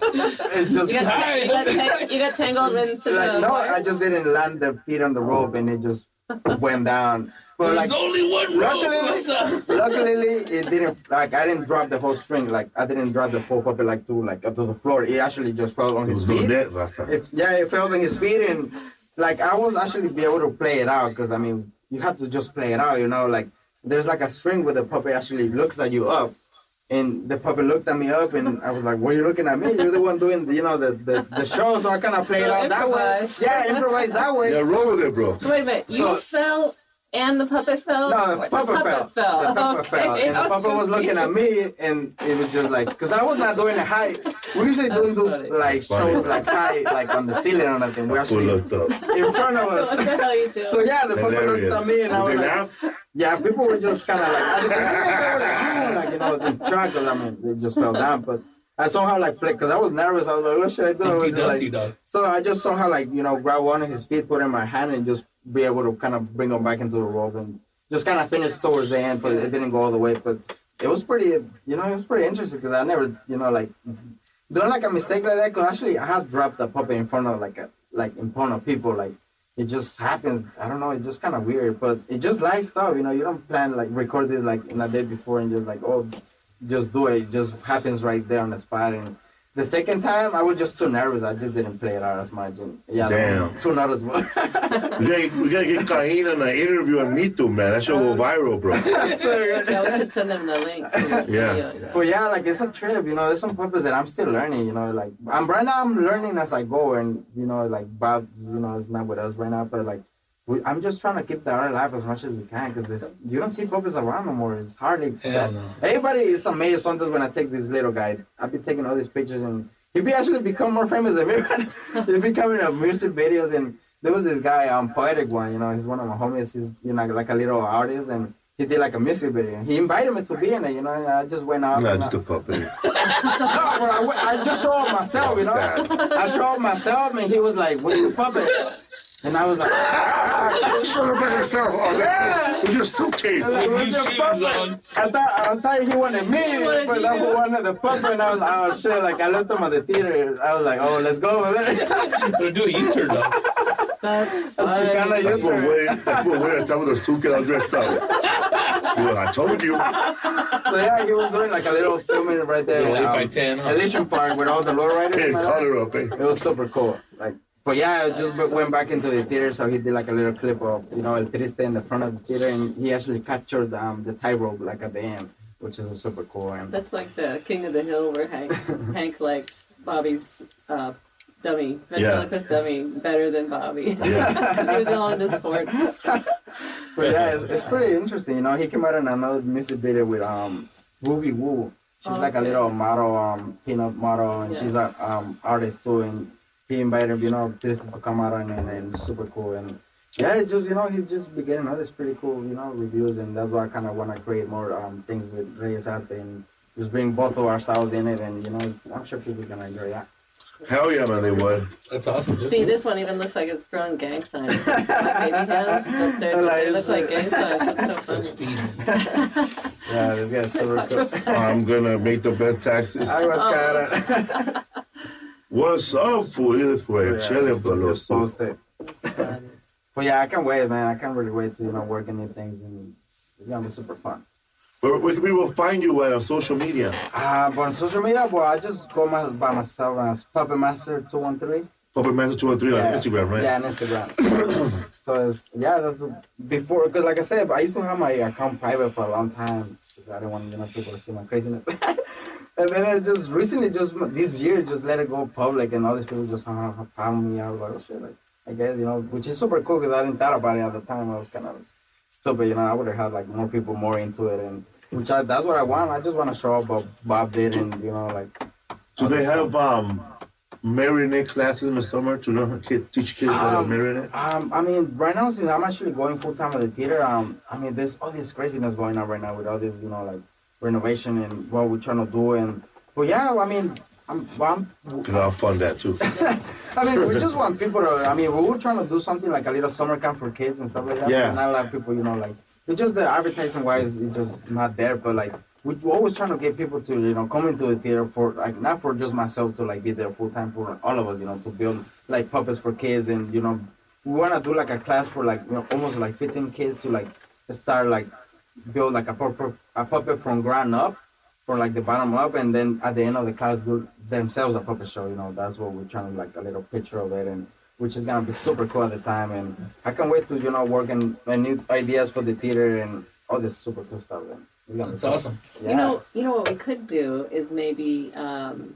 it just
you, got
like
you, got tang- you got tangled into the.
no, I just didn't land the feet on the rope and it just went down. But
There's
like
only one road.
Luckily,
What's up?
luckily, it didn't. Like I didn't drop the whole string. Like I didn't drop the whole puppet like to like to the floor. It actually just fell on
It
his
was no
feet.
net last time.
It, yeah, it fell on his feet, and like I was actually be able to play it out because I mean you have to just play it out. You know, like there's like a string where the puppet actually looks at you up. And the puppet looked at me up, and I was like, "What are you looking at me? You're the one doing, you know, the the, the show." So I kind of played it out that way.
Improvise.
Yeah, improvise that way.
Yeah, roll with it, bro.
Wait a minute.
So-
you fell and the puppet fell?
No,
Or
the papa fell. The papa fell.
Okay.
And the papa was looking at me, and it was just like, because I was not doing a high. We usually don't do
funny.
like
funny.
shows like high, like on the ceiling or nothing. We're
Full
actually
of stuff.
in front of
What the
us.
hell you doing?
So yeah, the papa
Hilarious.
looked at me, and I
Did
was
they
like,
laugh?
Yeah, people were just kind of like, "Ah, at the beginning, they were like, "Oh," like, you know, the track, 'cause, I mean, it just fell down. But I somehow like played, because I was nervous. I was like, what should I do? I was
Dumpty
just
Dumpty
like-
dog.
so I just somehow like, you know, grab one of his feet, put it in my hand, and just be able to kind of bring him back into the rope and just kind of finish towards the end, but it didn't go all the way. But it was pretty, you know, it was pretty interesting because I never, you know, like doing like a mistake like that. Because actually, I had dropped a puppet in front of like a, like in front of people. Like it just happens. I don't know. It's just kind of weird, but it just live stuff. You know, you don't plan like record this like in a day before and just like oh, just do it. It just happens right there on the spot. And the second time, I was just too nervous. I just didn't play it out as much. And yeah,
Damn.
too nervous.
We gotta, we gotta get Kaheen on an interview on Me Too, man. That should
Uh,
go viral, bro.
Yeah, we should send them the link. to this
Yeah.
video.
But yeah, like it's a trip, you know. There's some purpose that I'm still learning, you know. Like I'm right now, I'm learning as I go, and you know, like Bob, you know, is not with us right now, but like we, I'm just trying to keep the art alive as much as we can because you don't see purpose around no more. It's hardly.
Hell
that-
no.
Everybody is amazed sometimes when I take this little guy. I'll be taking all these pictures and he be actually become more famous than me. He'll be coming up music videos and there was this guy, um, poetic one. You know, he's one of my homies. He's you know like a little artist and. He did like a music video. He invited me to be in it, you know. And I just went out.
Not
and I-
just a puppet.
no, bro, I, went- I just showed him myself, you know.
Sad.
I showed him myself, and he was like, "What you puppet?" And I was like,
Shut up by yourself. Oh, that- With your suitcase.
I was like, "What's your
shoes
puppet?"
on.
I thought I thought he wanted me, but I wanted the puppet, and I was like, "Oh shit!" Like I left him at the theater. I was like, "Oh, let's go over there."
I'm gonna do a U-turn dog.
That's
Chicana
funny.
That's what
U-turn.
way. That's what way. That's what the suitcase I dressed up. Well, I told you.
So yeah, he was doing like a little filming right there.
Little
in,
eight by
um,
10, huh?
Elysian Park with all the lowriders.
Hey,
and all
cut
that.
her up, eh?
It was super cool. Like, but yeah, I just w- went back into the theater, so he did like a little clip of you know El Triste in the front of the theater, and he actually captured um, the tightrope like at the end, which is super cool. And
That's like the King of the Hill where Hank Hank liked Bobby's uh, dummy, ventriloquist dummy, better than Bobby.
Yeah.
he was all into sports. and stuff.
but yeah, it's, it's pretty interesting. You know, he came out in another music video with um Boogie Woo. She's
Oh,
like a
okay.
little model, um pinup model, and
Yeah.
she's a um artist too. And he invited you know Triste to come out, and, and it's super cool. And yeah, it's just you know he's just been getting all these pretty cool you know reviews, and that's why I kind of want to create more um things with Reyes Arte and just bring both of our styles in it, and you know I'm sure people gonna enjoy that.
Hell yeah, man, they would.
That's awesome. Dude.
See, this one even looks like it's throwing gang signs. It's got baby hands, but they're- they look like gang signs. That's so
That's
funny.
speed.
Yeah, this guy's super cool.
I'm gonna make the best taxes.
I was kind
Um,
of
What's up, fool? It's for a chili, but no sauce.
posted. But yeah, I can't wait, man. I can't really wait to you know work on new things, and it's, it's gonna be super fun.
Where, where can people find you at on social media?
Uh, but on social media, well, I just go my, by myself as Puppet Master two one three.
Puppet Master 213 on Instagram, right?
Yeah, on Instagram. so it's, yeah, that's before because like I said, I used to have my account private for a long time because I didn't want you know people to see my craziness. and then I just recently, just this year, just let it go public, and all these people just uh, found me. I was like, oh shit, like I guess you know, which is super cool because I didn't thought about it at the time. I was kind of stupid, you know. I would have had like more people more into it, and which I, that's what I want. I just want to show up what Bob did, and you know, like
Do they have um, marionette classes in the summer to learn kid, teach kids how to
Um,
marionette?
Um, I mean, right now since I'm actually going full time at the theater, um, I mean, there's all this craziness going on right now with all this, you know, like renovation and what we're trying to do, and but yeah, I mean, I'm, I'm
Because I'll fund that too.
I mean, we just want people to. I mean, we were trying to do something like a little summer camp for kids and stuff like that.
Yeah.
But not a lot of people, you know, like it's just the advertising wise, it's just not there. But like, we- we're always trying to get people to, you know, come into the theater for like not for just myself to like be there full time for all of us, you know, to build like puppets for kids and you know, we want to do like a class for like you know almost like 15 kids to like start like build like a puppet, a puppet from ground up from like the bottom up, and then at the end of the class do themselves a puppet show. You know, that's what we're trying to like a little picture of it, and which is gonna be super cool at the time. And I can't wait to you know work on on new ideas for the theater and all this super cool stuff. And it's gonna be
That's
cool.
awesome.
Yeah.
You know, you know what we could do is maybe um,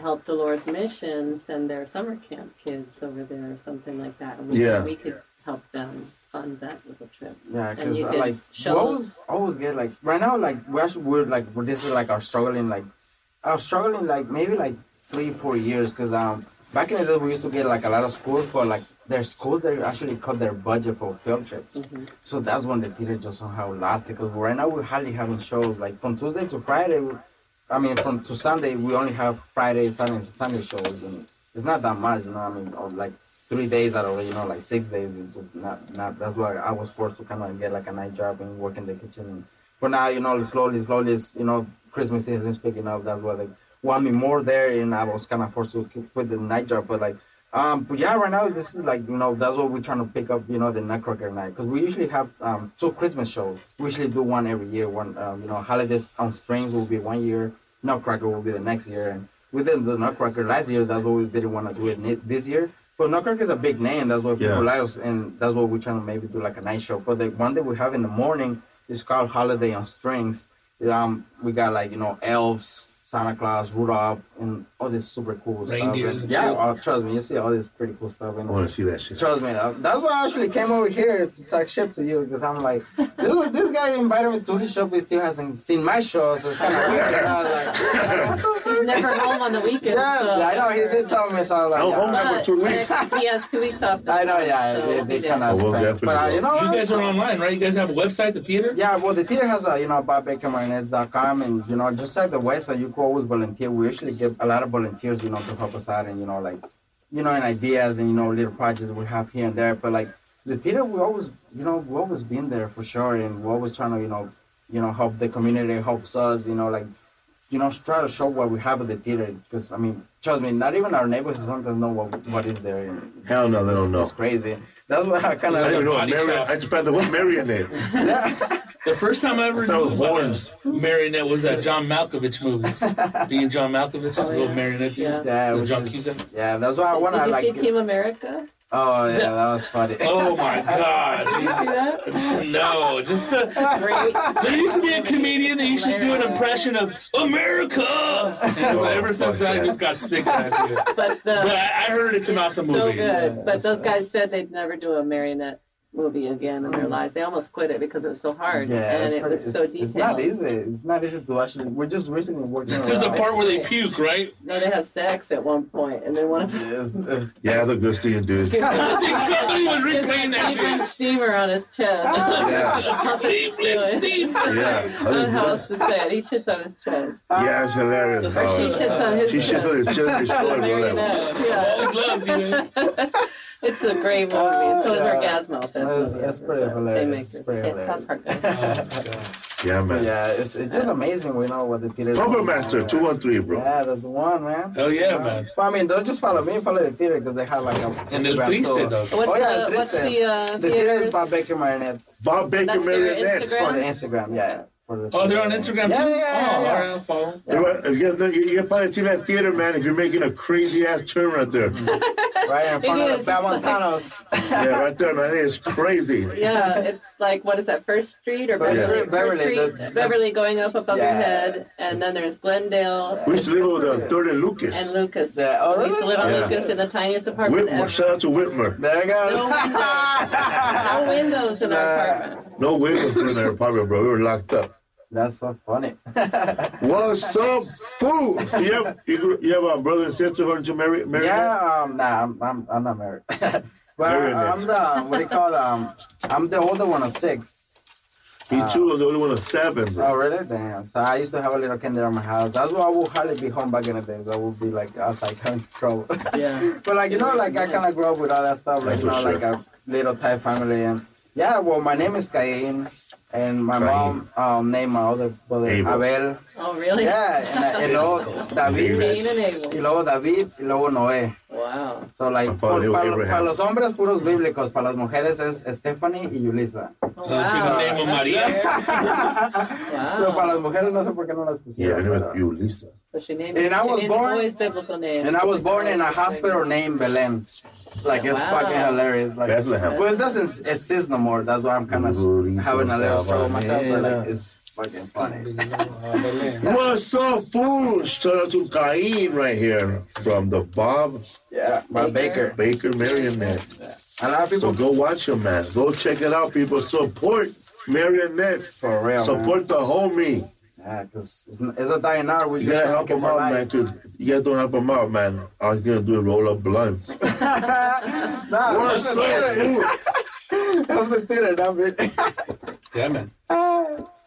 help Dolores Mission send their summer camp kids over there or something like that. And we,
Yeah.
we could help them fund that little trip.
Yeah,
And
because
you
I
can
like we
show-
always always get like right now like we're actually, we're like we're- this is like our struggling like our struggling like maybe like three four years because um Back in the day, we used to get like a lot of schools, but like their schools, they actually cut their budget for field trips.
Mm-hmm.
So that's when the theater just somehow lost because right now we're hardly having shows. Like from Tuesday to Friday, we- I mean from to Sunday, we only have Friday, Sunday, Sunday shows, and it's not that much, you know. what I mean, or like three days out of you know, like six days. It's just not not. That's why I was forced to kind of get like a night job and work in the kitchen. And, but now you know, slowly, slowly, it's, you know, Christmas season is picking up. That's why they want me more there, and I was kind of forced to keep- quit the night job. But like, um, but yeah, right now this is like you know that's what we're trying to pick up. You know, the Nutcracker night because we usually have um two Christmas shows. We usually do one every year. One um, you know, holidays on strings will be one year. Nutcracker will be the next year, and we did the Nutcracker last year. That's why we didn't want to do it ni- this year. But Nutcracker is a big name. That's what
Yeah.
people like, us, and that's what we're trying to maybe do like a night show. But the one that we have in the morning is called Holiday on Strings. Um, we got like you know elves, Santa Claus, Rudolph, and all this super cool
Reindeers
stuff.
and
And yeah,
shit.
uh, trust me, you see all this pretty cool stuff.
I
And
want to see that shit.
Trust me, uh, that's why I actually came over here to talk shit to you because I'm like, this, this guy invited me to his show, but he still hasn't seen my show, so it's kind of weird. And I was like,
He's never home on the weekends. so-
yeah, I know he did tell me, so I was like,
I'll
yeah.
hold my-
But
for two weeks.
next- He has two weeks off. this
I know,
month,
yeah,
so
they,
we'll
they
be there.
kind of
Oh, Well,
spend. But uh,
definitely.
you know,
You guys
also-
are online, right? You guys have a website, the theater?
Yeah, well, the theater has a, you know, bobbeckermarnets.com, and, you know, just like the website, you could always volunteer. We usually get a lot of volunteers, you know, to help us out and, you know, like, you know, and ideas and, you know, little projects we have here and there. But, like, the theater, we always, you know, we always been there for sure, and we're always trying to, you know, you know, help the community, helps us, you know, like, you know, try to show what we have at the theater. Because, I mean, trust me, not even our neighbors sometimes know what, what is there. And
Hell no, they
it's,
don't know.
It's crazy. That's what I kind
I
of
don't know.
Body
Mari-
shop.
I just found the one marionette.
The first time I ever
That
knew
was
about
horns.
a marionette was that John Malkovich movie. Being John Malkovich, a little marionette dude.
Oh, Yeah.
Yeah,
With
which
John
is-
Cusack.
yeah, that's why I want to
Did you
like.
see Team America?
Oh yeah, that was funny.
Oh my god.
See that?
No, just uh,
Great.
there used to be a comedian that used to do an impression of America. And it was like, ever since I just got sick of that dude.
But
But
the
I, I heard it's an awesome
so
movie.
good. But those guys said they'd never do a marionette movie again in their lives. They almost quit it because it was so hard
Mm. Yeah,
and
it's
it
pretty-
was so
it's,
detailed.
it's not easy. It's not easy to actually. We're just recently working. on
There's a
that.
part where they puke, right?
No, they have sex at one point, and then one of them
It's- it's-
Yeah, the good seeing dude.
I think somebody was replaying
Cleveland
that
steamer on his chest.
Yeah,
shit. Cleveland Steve.
yeah.
I
Other
don't
than
know how
that-
else to say it. He shits on his chest.
Yeah, it's
Oh,
hilarious.
Uh-huh. Or she
how-
shits on his
She shits
chest.
on his chest and short whatever.
Marionette. Yeah.
Always loved, dude.
It's a great movie. And so is
Oh, Yeah.
Orgasmo. That's,
That's-
movie.
that's pretty
Same
hilarious.
makers.
It's pretty
Shit, South Park guys.
Yeah, man.
yeah, it's, it's just amazing. We know what the theater. is
Puppet
doing now,
Master
yeah.
213, bro.
Yeah, that's the one, man.
Oh yeah,
Uh,
man.
But I mean, don't just follow me. Follow the theater because they have like a.
And El
Instagram
Triste,
store.
dog.
What's
Oh, yeah,
the, what's
Tristan.
the, uh,
The theater is
theaters?
Bob Baker Marionettes.
Bob Baker
That's their
marionette.
Instagram?
For the Instagram, yeah. For the
Oh, they're on Instagram
Yeah,
too.
yeah, yeah,
oh,
yeah.
all right, I'll follow. 'em.
You know, you guys know- you- you can probably see that theater, man, if you're making a crazy ass turn right there.
Right in front
It
of
is,
the
it's like-
Valmontanos.
Yeah, right there, man. It's crazy.
Yeah, it's like what is that? First Street or
First
Beverly?
Street, Beverly,
First Street,
that's-
Beverly going up above your
Yeah.
head, and then there's Glendale
We used to live over there on Third and uh, Lucas.
and Lucas.
Yeah, oh,
We used to live on
really? Yeah.
Lucas in the tiniest apartment
Whitmer.
ever.
Shout out to Whitmer.
There it goes.
No windows. No windows in our
Yeah.
apartment.
No windows were in our apartment, bro. We were locked up.
That's so funny.
What's up, fool? You have you, gr- you have a brother and sister who aren't you married? married now?
Yeah, um, nah, I'm, I'm, I'm not married. but
Married
I, am
it.
the what do you call it, um, I'm the older one of six.
He too was the only one of seven,
Oh
bro.
really? Damn. So I used to have a little kid there at my house. That's why I would hardly be home back in the days. I would be like outside having trouble.
Yeah.
but like you know, like I kind of grew up with all that stuff. Like
That's
you know,
for sure.
like a little Thai family, and yeah. Well, my name is Cain, and my mom um, named my other brother
Abel.
Abel.
Oh, really?
Yeah, and, uh, and luego David,
Cain and Abel.
y luego David, y luego Noé.
Wow.
So like
My father,
para
Abraham.
los hombres puros bíblicos, para las mujeres es Stephanie y Yulisa.
Oh,
Uh, to the name of Maria.
Pero
Wow.
para las mujeres no sé por qué no las
Yeah,
pusieron.
I know
pero-
you, Lisa.
So she named,
And I
she
was
named
born-
always biblical name.
And I was born in a hospital named Belém. Like it's
Wow.
fucking hilarious. Like
Bethlehem.
well, it doesn't exist no more. That's why I'm kind of
Burrito
having a little struggle myself. But like
sabanero.
it's fucking funny.
What's up, fool? Shout out to Cain right here from the Bob
Yeah, by Baker.
Baker Marionette.
A lot
So
of people
go watch him, man. Go check it out, people. Support marionettes.
for real. man.
Support the homie.
Yeah, because it's, n- it's a dying art. We
You
just
gotta
make
help
it
them
for
out,
life.
man, because you guys don't help them out, man. I was gonna do a roll up blunts.
Nah,
We're
that's
so
the theater.
full.
That's the theater, nah, bitch.
Yeah, man.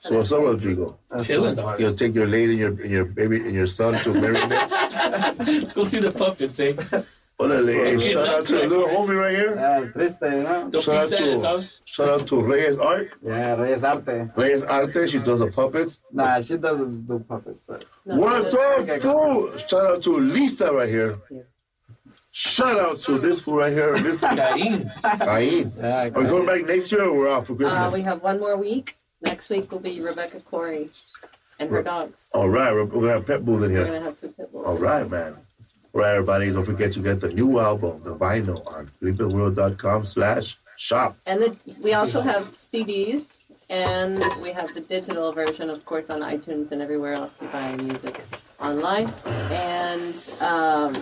So what's up, Rodrigo?
Chilling, dog.
You'll take your lady and your, and your baby and your son to Marinette.
Go see the puffins, eh? Don't
What a lady. Hey, shout out to a little homie right here.
Yeah, triste, you know?
be
Shout out
sad, dog.
to shout out to Reyes Art.
Yeah, Reyes Arte.
Reyes Arte, she does the puppets.
Nah, she doesn't do puppets, but.
No,
What's
no,
up, fool? Shout out to Lisa right here. Shout out to this fool right here. This
Cain.
Ayn.
Yeah,
Are we going back next year or we're off for
Uh, we
Christmas?
have one more week. Next week will be Rebecca Corey and her dogs.
All right, we're, we're gonna have pet bulls in
We're
here.
gonna have two pit bulls.
All right, man. All right, everybody. Don't forget to get the new album, the vinyl, on creepingworld.com slash shop.
And the, we also have CDs, and we have the digital version, of course, on iTunes and everywhere else you buy music online. And um,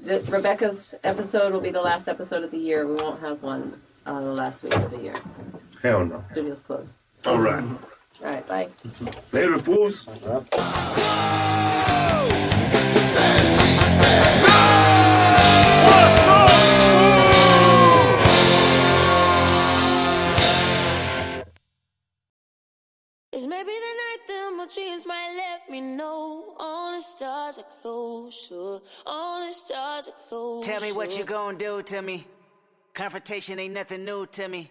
the, Rebecca's episode will be the last episode of the year. We won't have one uh, the last week of the year.
Hell no.
Studio's closed.
All right.
All right, bye.
Later, fools.
It's maybe the night that my dreams might let me know all the stars are closer, all the stars are closer.
Tell me what you gonna do to me. Confrontation ain't nothing new to me.